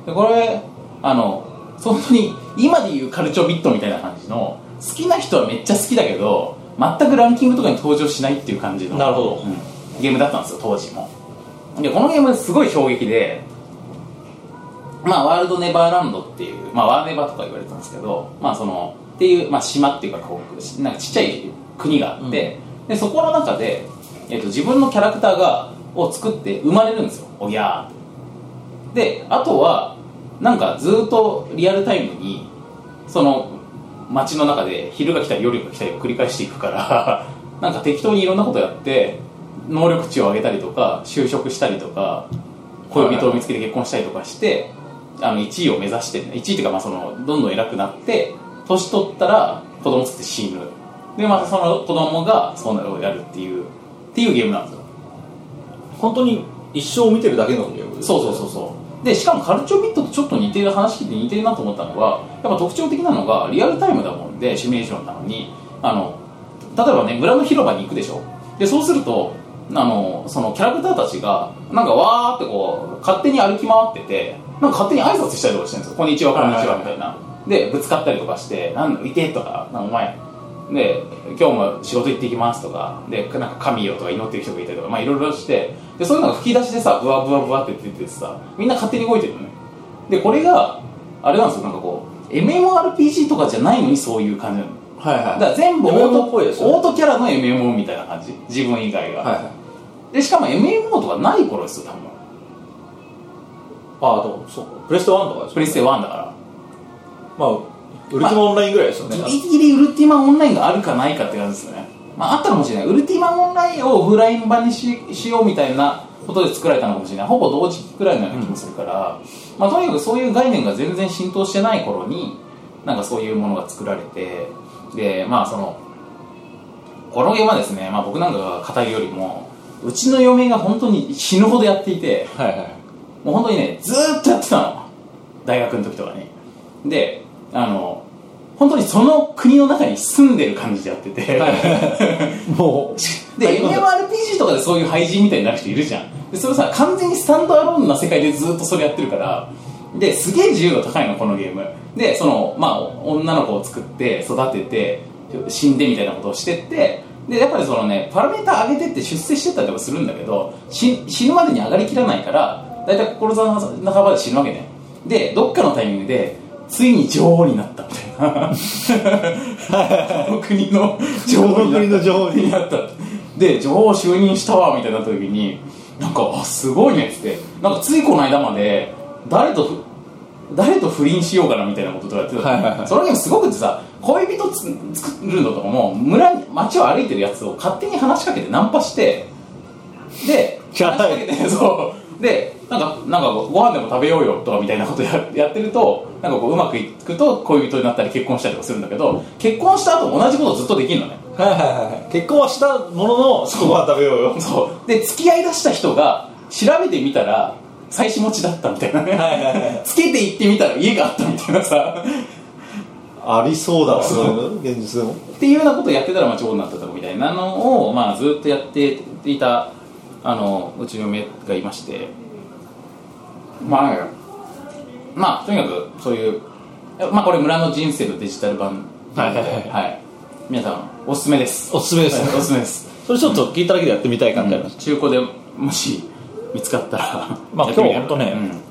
B: でこれあの本当に今でいうカルチョビットみたいな感じの好きな人はめっちゃ好きだけど全くランキングとかに登場しないっていう感じの
C: なるほど
B: うんゲームだったんですよ当時もでこのゲームすごい衝撃でまあワールドネバーランドっていうまあワーネバーとか言われてたんですけどまあそのっていう、まあ、島っていうかこうなんかちっちゃい国があって、でそこの中で、えっと自分のキャラクターがを作って生まれるんですよおぎゃーってであとはなんかずっとリアルタイムにその街の中で昼が来たり夜が来たりを繰り返していくから なんか適当にいろんなことやって能力値を上げたりとか就職したうとか恋人を見つけて結婚したりとかしてあの1位を目指して1位っていうかまあそのどんどん偉くなって年取ったら子供つって死ぬでまたその子供がそうなるをやるっていうっていうゲームなんですよ
C: う本当に一生見てるだけのゲームです
B: そうそうそうそうでしかもカルチョビットとちょっと似てる話聞いて似てるなと思ったのがやっぱ特徴的なのがリアルタイムだもんでシミュレーションなのにあの例えばね村の広場に行くでしょでそうするとあのそのキャラクターたちがなんかわーってこう勝手に歩き回っててなんか勝手に挨拶したりとかしてるんですよ「こんにちはこんにちは」みたいなでぶつかったりとかして「なんだいて」とか「なんかお前で今日も仕事行ってきますとかでなんか神よとか祈ってる人がいたりとかまあいろいろしてでそういうのが吹き出しでさブワブワブワって出ててさみんな勝手に動いてるのねでこれがあれなんですよなんかこう MMORPG とかじゃないのにそういう感じなの
C: はい
B: だ
C: はい
B: から全部オー
C: MMO っ
B: ト
C: ぽいですよね
B: オートキャラの MMO みたいな感じ自分以外が、
C: はいはい
B: でしかも MMO とかない頃ですよ多分
C: ああでもそうプレステ1とかです
B: プレステ1だから
C: まあウルティマオンラインぐらいですよね、
B: ギリギリウルティマンオンラインがあるかないかって感じですよね、まあ、あったかもしれないウルティマンオンラインをオフライン版にししようみたいなことで作られたのかもしれないほぼ同時期くらいのような気もするから、まあ、とにかくそういう概念が全然浸透してない頃になんかそういうものが作られてでまあそのこのゲームはですね、まあ、僕なんかが語るよりもうちの嫁が本当に死ぬほどやっていて
C: はいはい
B: もう本当にねずーっとやってたの大学の時とかねであの本当にその国の中に住んでる感じでやってて、
C: も
B: で MMORPG とかでそういう廃人みたいになる人いるじゃんでそれさ完全にスタンドアローンな世界でずっとそれやってるからですげえ自由度高いのこのゲームでそのまあ女の子を作って育てて死んでみたいなことをしてってでやっぱりそのねパラメーター上げてって出世してったりとかするんだけどし死ぬまでに上がりきらないから大体心の半ばで死ぬわけねでどっかのタイミングでついに女王になったみたいなこの国の女王になった
C: 情報
B: になったで女王就任したわみたいになった時になんかあすごいねっつってなんかついこの間まで誰とふ誰と不倫しようかなみたいなこととかやってた、
C: はいはいはい
B: そのゲームすごくってさ恋人つ作るのとかも村に街を歩いてるやつを勝手に話しかけてナンパしてで
C: チャラい
B: 話しかけてそうでなんかなんかご飯でも食べようよとかみたいなことややってるとなんかこううまくいくと恋人になったり結婚したりとかするんだけど結婚した後も同じことずっとできるのね
C: はいはいはいはい結婚はしたもののそこは食べようよ
B: そうで付き合いだした人が調べてみたら妻子持ちだったみたいなね、
C: いはいは
B: つけて行ってみたら家があったみたいなさ
C: ありそうだわそういうの現実でも
B: っていうようなことをやってたらまあ女王になったとかみたいなのを、まあ、ずっとやっていたあのうちの嫁がいましてまあなんかまあとにかくそういうまあこれ村の人生のデジタル版なんで
C: はいはい
B: はい皆さんおすすめです
C: おすすめですね
B: はいおすすめです
C: それちょっと聞いただけでやってみたい感じあります、
B: 中古でもし見つかったら
C: まあ
B: やってみる
C: 今日ほんとね
B: うん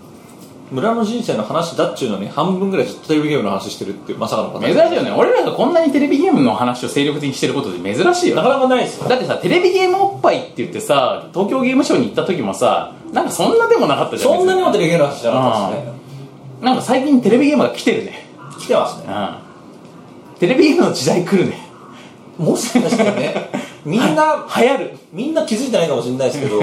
C: 村の人生の話だっちゅうのに半分ぐらいずっとテレビゲームの話してるっていうまさかのパター
B: 珍
C: ン
B: しいよね俺らがこんなにテレビゲームの話を精力的にしてることで珍しいよ
C: なかなかないですよ
B: だってさテレビゲームおっぱいって言ってさ東京ゲームショウに行った時もさなんかそんなでもなかったじゃん
C: そんなにも
B: 別
C: テレビゲームの話じゃなかったですね
B: なんか最近テレビゲームが来てるね
C: 来てますね
B: うんテレビゲームの時代来るね
C: もしかして ねみんな
B: 流行る
C: みんな気づいてないかもしれないですけど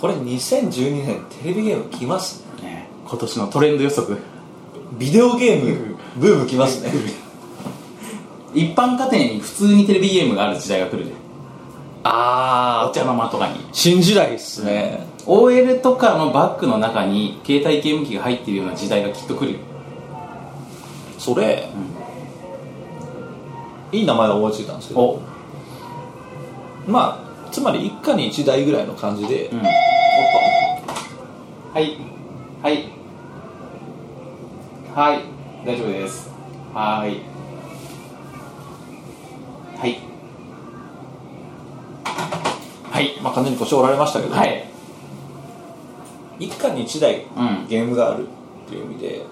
C: これ2012年テレビゲーム来ますね
B: ね今年のトレンド予測
C: ビデオゲームブーム来ますね
B: 一般家庭に普通にテレビゲームがある時代が来るね
C: あ
B: お茶の間とかに
C: 新時代ですね
B: OL とかのバッグの中に携帯ゲーム機が入ってるような時代がきっと来るよ
C: それ、いい名前を思いついたんですけど
B: お
C: まあつまり一家に一台ぐらいの感じで、
B: んはいはいはい大丈夫ですはーいはいはい
C: まあ完全に腰折られましたけど、
B: はい
C: 一家に一台
B: うん
C: ゲームがあるっていう意味で、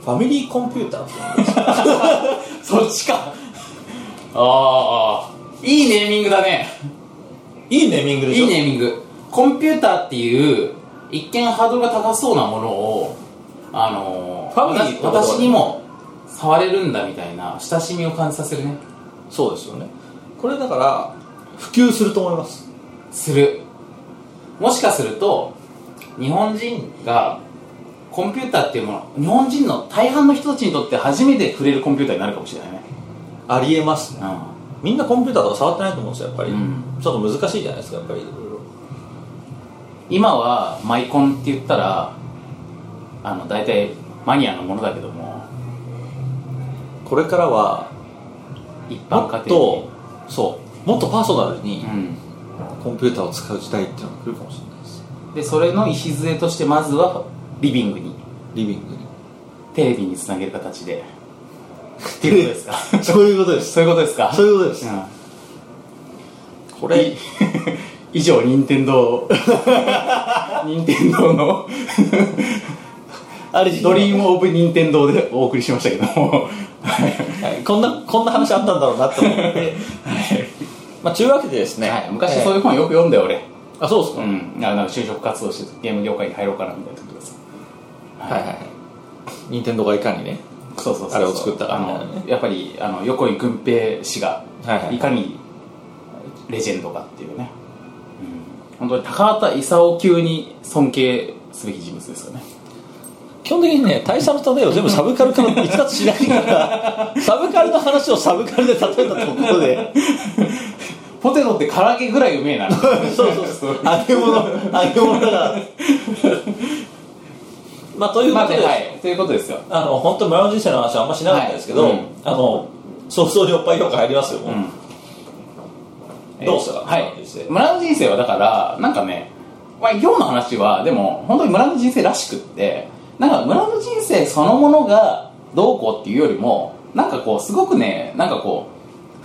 C: ファミリーコンピューター
B: そっちか ああいいネーミングだね
C: いいネーミングでし
B: い
C: ょ
B: いネーミングコンピューターっていう一見ハードルが高そうなものをあのー、
C: ファミリーってことだね
B: 私私にも触れるんだみたいな親しみを感じさせるね
C: そうですよねこれだから普及すると思います
B: するもしかすると日本人がコンピューターっていうもの日本人の大半の人たちにとって初めて触れるコンピューターになるかもしれないね
C: ありえますね
B: う
C: みんなコンピューターとか触ってないと思うんですよやっぱり、
B: うん
C: ちょっと難しいじゃないですかやっぱりいろいろ
B: ん今はマイコンって言ったらあの大体マニアのものだけども
C: これからは
B: 一般家
C: も
B: 庭
C: っ
B: に
C: とそうもっとパーソナルに
B: う
C: コンピューターを使う時代っていうのが来るかもしれないです
B: ん、でそれの礎としてまずはリビングに
C: リビングに
B: テレビにつなげる形でっていうことですか
E: そういうことです
B: そういうことですか
E: そういうことです
B: うん
E: これ
B: い 以上任天堂 任天堂の
E: ある時期
B: ドリームオブ任天堂でお送りしましたけども
C: はいこんなこんな話あったんだろうなと思って、まあ、中学でですね、
B: はい昔そう
C: え
B: いう本よく読んだよ俺
C: ーあそうです
B: う
C: か、
B: んあなんか就職活動してゲーム業界に入ろうかなみたいな時です
C: はいはいはい任天堂がいかにね
B: そうそうそうそう
C: あれを作ったか
B: あ
C: みたいなね
B: のやっぱりあの横井軍平氏が
C: はいはい
B: いかにレジェンドかっていうね、うん、本当に高畑勲級に尊敬すべき人物ですよね
C: 基本的にね大佐の例えを全部サブカルから逸脱しないから サブカルの話をサブカルで例えたところで
B: ポテトって唐揚げぐらいうめ えな
C: そうそうそう揚げ物揚げ物だからまあというこ
B: まあ
C: と
B: ね
C: で、
B: はいということですよ
C: あの本当村の人生の話はあんましなかったですけど、
B: はいうん
C: あの早々におっぱい評価入りますよ、
B: うん
C: どうすか、
B: は
C: 村の人生
B: い村の人生はだからなんかね、まあ、今日の話はでも本当に村の人生らしくってなんか村の人生そのものがどうこうっていうよりもなんかこうすごくねなんかこ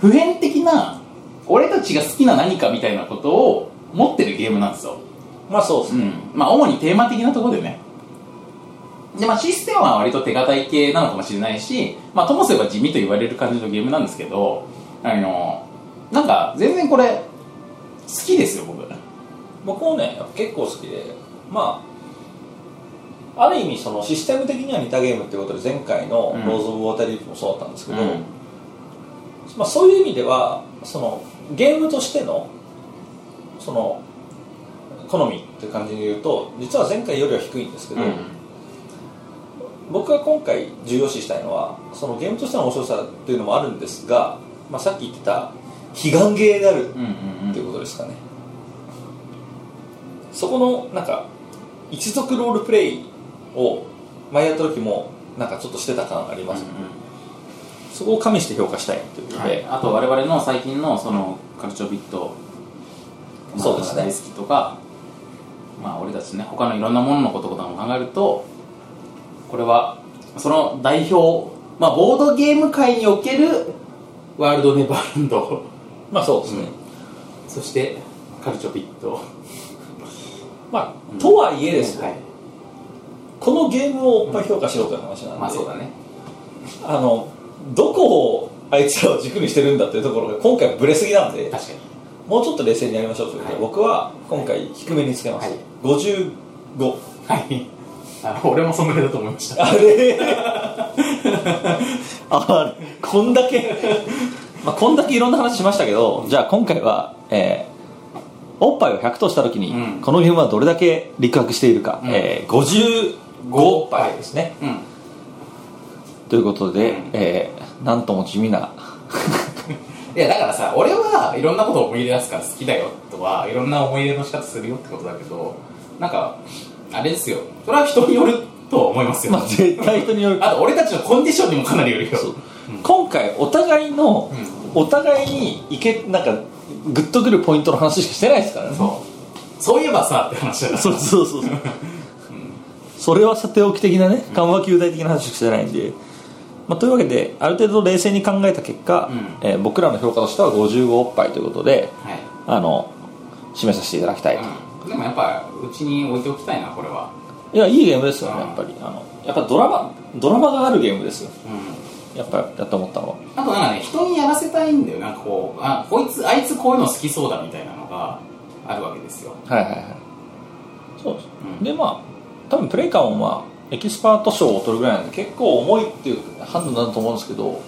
B: う普遍的な俺たちが好きな何かみたいなことを持ってるゲームなんですよ
C: まあそうです
B: う
C: ね、
B: ん、まあ主にテーマ的なところでねで、まあ、システムは割と手堅い系なのかもしれないし、まあ、ともすれば地味と言われる感じのゲームなんですけどあのなんか全然これ好きですよ僕
C: 僕もね結構好きでまあある意味そのシステム的には似たゲームってことで前回の
B: うん
C: 「ローズ・オブ・ウォーター・リープ」もそうだったんですけど、
B: うん
C: まあ、そういう意味ではそのゲームとしてのその好みっていう感じで言うと実は前回よりは低いんですけど、僕が今回重要視したいのはそのゲームとしての面白さというのもあるんですが、まあ、さっき言ってた悲願ゲーであ
B: う
C: る
B: んうん
C: っていうことですかね、そこのなんか一族ロールプレイを前やった時もなんかちょっとしてた感ありますよね、そこを加味して評価したいということで、
B: はい、あと我々の最近のそのカルチョビットまあ
C: そうですね
B: 大好きとかまあ俺たちね他のいろんなもののこととかも考えるとこれはその代表まあボードゲーム界におけるワールドネバーランド
C: まあそうですね、
B: そしてカルチョビット
C: まあとはいえですよ、
B: はい
C: このゲームをおっぱい評価しろという話なんで、
B: まあそうだね
C: あのどこをあいつらを軸にしてるんだっていうところが今回ブレすぎなんで
B: 確かに
C: もうちょっと冷静にやりましょうということで、
B: はい
C: 僕は今回低めにつけます、
B: はい
C: 55
B: はいあ俺もそんぐらいだと思いました
C: あれあれこんだけ まあこんだけいろんな話しましたけどじゃあ今回は、えーおっぱいを100とした時に、
B: うん
C: このゲームはどれだけ陸白しているか、
B: うん
C: えー55おっぱいですね、
B: うん
C: ということで、
B: うん
C: えーなんとも地味ない
B: やだからさ俺はいろんなことを思い入れ出すから好きだよとかいろんな思い入れの仕方するよってことだけどなんかあれですよそれは人によるとは思いますよ、
C: まあ絶対人による
B: あと俺たちのコンディションにもかなりよるよ
C: そう今回お互いの、お互いにいけなんかグッとくるポイントの話しかしてないですからね
B: そうそういえばさって話だから
C: そうそう そうそうそれはさておき的なね緩和球大的な話しかしてないんで、まあ、というわけである程度冷静に考えた結果、
B: う
C: えー僕らの評価としては55おっぱいということで
B: はい、
C: あの締めさせていただきたいと、
B: うん、でもやっぱうちに置いておきたいなこれはい
C: やいいゲームですよねやっぱりあのやっぱドラマドラマがあるゲームですよ
B: うん
C: やっぱやって思ったのは
B: あとなんかね人にやらせたいんだよなんかこうあこいつあいつこういうの好きそうだみたいなのがあるわけですよ
C: はいはいはいそうです、
B: うん
C: でまあ多分プレイ感もまあエキスパート賞を取るぐらいなんで結構重いっていう判断だと思うんですけど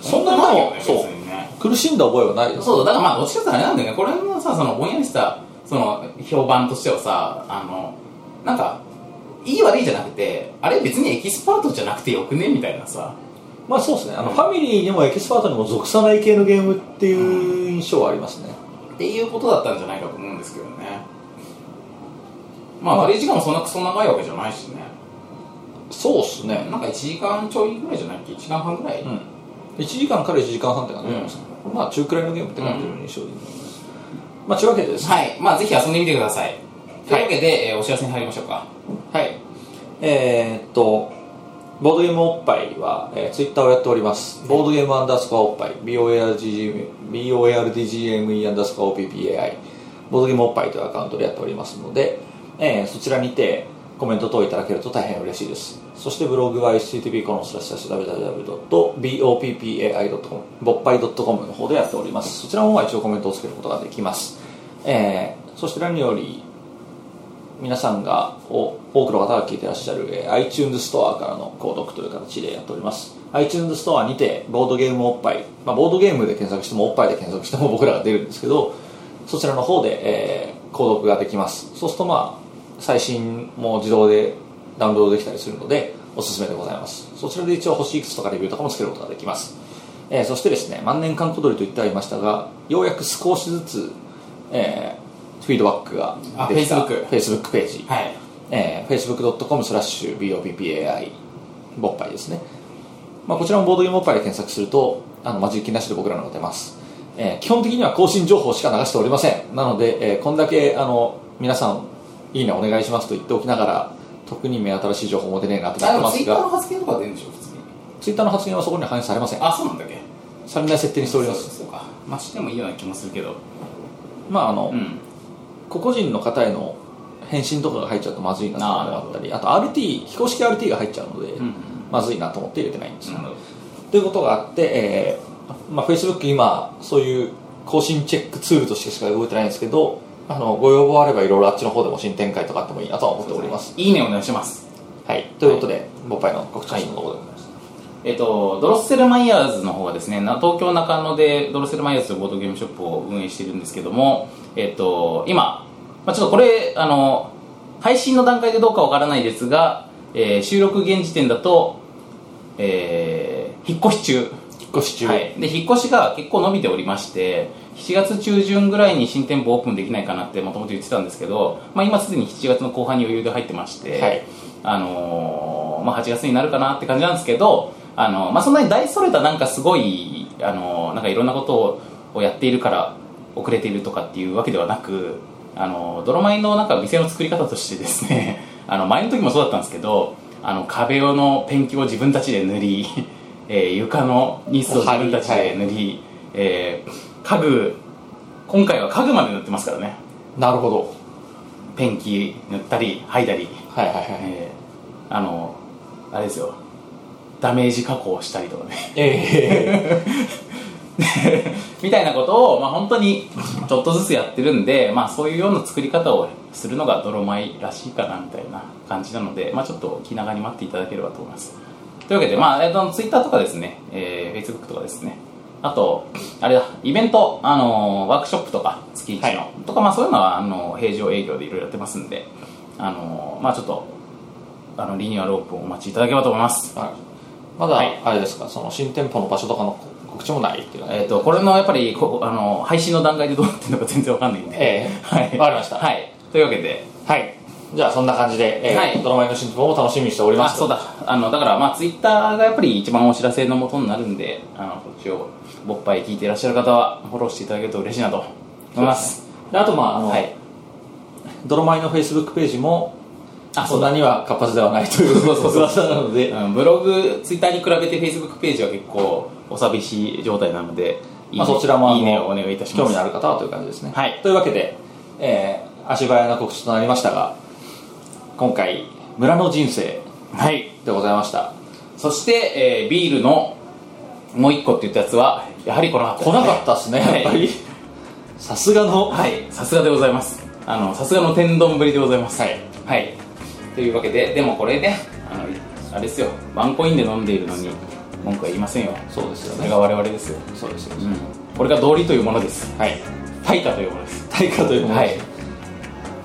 C: そんなに
B: ない
C: も
B: よね別
C: そ
B: にね
C: う苦しんだ覚えはないです
B: そうだからまあどっちかってあれなんだよねこれのさそのぼんやりしたその評判としてはさあのなんかいい悪いじゃなくてあれ別にエキスパートじゃなくてよくねみたいなさ
C: まあそうですねあの、
B: うん
C: ファミリーにもエキスパートにも属さない系のゲームっていう印象はありますね、
B: っていうことだったんじゃないかと思うんですけどねまあプレイ時間もそんなクソ長いわけじゃないしね
C: そうですね
B: なんか1時間ちょいぐらいじゃないっけ1時間半ぐらい、
C: うん1時間から1時間半って感じなんですね、まあ中くらいのゲームって感じの印象で、まあちゅうわけでですね
B: はいまあぜひ遊んでみてくださいというわけで、えーお知らせに入りましょうか
C: はい。えーっと、ボードゲームおっぱいは、えー、ツイッターをやっております。ボードゲームアンダースコアおっぱい、BORDGM BORDGME アンダースコア OPPAI、ボードゲームおっぱいというアカウントでやっておりますので、えーそちらにてコメント等いただけると大変嬉しいです。そしてブログは http コロンスラッシュ www.boppai.com、ぼっぱい .com の方でやっております。そちらも一応コメントをつけることができます。えーそして何より、皆さんがお多くの方が聞いてらっしゃる、えー iTunes ストアからの購読という形でやっております iTunes ストアにてボードゲームおっぱい、まあ、ボードゲームで検索してもおっぱいで検索しても 僕らが出るんですけどそちらの方で、えー、購読ができますそうするとまあ最新も自動でダウンロードできたりするのでおすすめでございますそちらで一応星いくつとかレビューとかもつけることができます、えーそしてですね万年観光鳥と言ってありましたがようやく少しずつ、えーフィードバックができた
B: あ Facebook
C: フェイスブックページ、
B: はい
C: えー、facebook.com スラッシュ BOPPAI ボッパイですね、まあ、こちらもボードゲームボッパイで検索するとあの混じりなしで僕らのが出ます、えー基本的には更新情報しか流しておりませんなので、えーこんだけあの皆さんいいねお願いしますと言っておきながら特に目新しい情報も出ねえなと
B: あ
C: なっ
B: で
C: て
B: も
C: ま
B: ツイ
C: す
B: ッターの
C: が
B: 発言とか出るんでしょ普通に
C: ツイッターの発言はそこには反映されません
B: あそうなんだっけ
C: されない設定にしておりま
B: そう
C: す
B: そうかまあしてもいいような気もするけど
C: まああの、
B: うん
C: 個々人の方への返信とかが入っちゃうとまずいなと
B: あーなる
C: 思
B: ほ
C: っ
B: ど
C: たりあと RT 非公式 RT が入っちゃうので、
B: うん
C: まずいなと思って入れてないんです
B: な
C: よ
B: るほど
C: ということがあって、えーまあ、Facebook 今そういう更新チェックツールとしてしか動いてないんですけどあのご要望あればいろいろあっちの方でも新展開とかあってもいいなとは思っております
B: いいねお願いします
C: はいということで、ボッパイの告知のところでございます、
B: えっと、ドロッセルマイヤーズの方はですね、な東京中野でドロッセルマイヤーズというボードゲームショップを運営しているんですけども、えっと、今、まあ、ちょっとこれ、あの、配信の段階でどうかわからないですが、えー収録現時点だと、えー引っ越し中。
C: 引っ越し中、
B: はい、で引っ越しが結構伸びておりまして7月中旬ぐらいに新店舗オープンできないかなってもともと言ってたんですけど、まあ、今すでに7月の後半に余裕で入ってまして、
C: はい
B: あのーまあ、8月になるかなって感じなんですけど、あのーまあ、そんなに大それたなんかすごい、あのーなんかいろんなことををやっているから遅れているとかっていうわけではなく、あのー泥米のなんか店の作り方としてですね あの前の時もそうだったんですけどあの壁用のペンキを自分たちで塗り、 えー床のニスを自分たちで塗り、えー家具今回は家具まで塗ってますからね
C: なるほど
B: ペンキ塗ったり剥いだり
C: はいはいはい
B: えーあのあれですよダメージ加工をしたりとかね
C: え
B: みたいなことを、まあ、本当にちょっとずつやってるんで、まあ、そういうような作り方をするのが泥米らしいかなみたいな感じなので、まあ、ちょっと気長に待っていただければと思いますというわけで、まあ、えっと、Twitter とかですね、えー、Facebook とかですねあと、あれだ、イベント、あのーワークショップとか、月1の、
C: は
B: とか、まあそういうのは、あのー平常営業でいろいろやってますんで、あのーまあちょっと、あの、リニューアルオープンをお待ちいただければと思います
C: ー。はいまだ、
B: はい
C: あれですかその新店舗の場所とかの告知もないっていうのは
B: えっ、と、これのやっぱりこ、あの、配信の段階でどうなってるのか全然わかんないんで。
C: ええ
B: はい。
C: わかりました
B: はい。というわけで、
C: はいじゃあそんな感じで、えー
B: はい
C: ドラマの新店舗も楽しみにしておりま
B: あ、
C: す
B: そうだ。あの、だから、まあ、ツイッターがやっぱり一番お知らせのもとになるんで、あの、こっちを、ぼっぱい聞いていらっしゃる方は、フォローしていただけると嬉しいなと思います。
C: であとまああの、
B: はい。
C: ドロマイのフェイスブックページも
B: あ
C: そんなには活発ではないと いう
B: そうそうそう
C: 噂なので、
B: うんブログ、ツイッターに比べて、フェイスブックページは結構、お寂しい状態なので、いいね
C: まあ、そちらもあの
B: いいねをお願いいたします。
C: 興味のある方はという感じですね、
B: はい
C: というわけで、えー足早な告知となりましたが今回村の人生
B: はい。
C: でございました
B: そして、えービールの、もう一個って言ったやつは、やはりこの
C: 来なかったですね
B: は
C: や
B: い
C: っぱりさすがの
B: はい、さすがでございます。あの、さすがの天丼ぶりでございます。はい。はい。というわけで、でもこれね、あの、あれですよ、ワンコインで飲んでいるのに、文句は言いませんよ。
C: そうですよ
B: それ
C: ね
B: が我々ですよ。
C: そうですよ
B: う
C: ね
B: ん。これが道理というものです。
C: はい
B: 対価というものです。
C: 対価というもの
B: はい。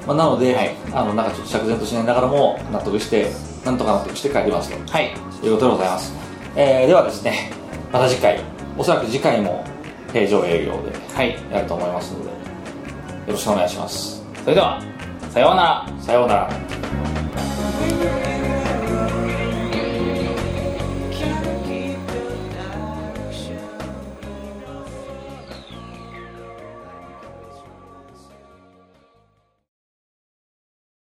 C: まあ、なので、
B: はい
C: あのなんかちょっと釈然としないながらも納得してなんとか納得して帰りますと
B: はい。
C: ということでございます、えーではですねまた次回おそらく次回も平常営業で
B: はい。
C: やると思いますのでよろしくお願いします
B: それでは、さようなら。
C: さようなら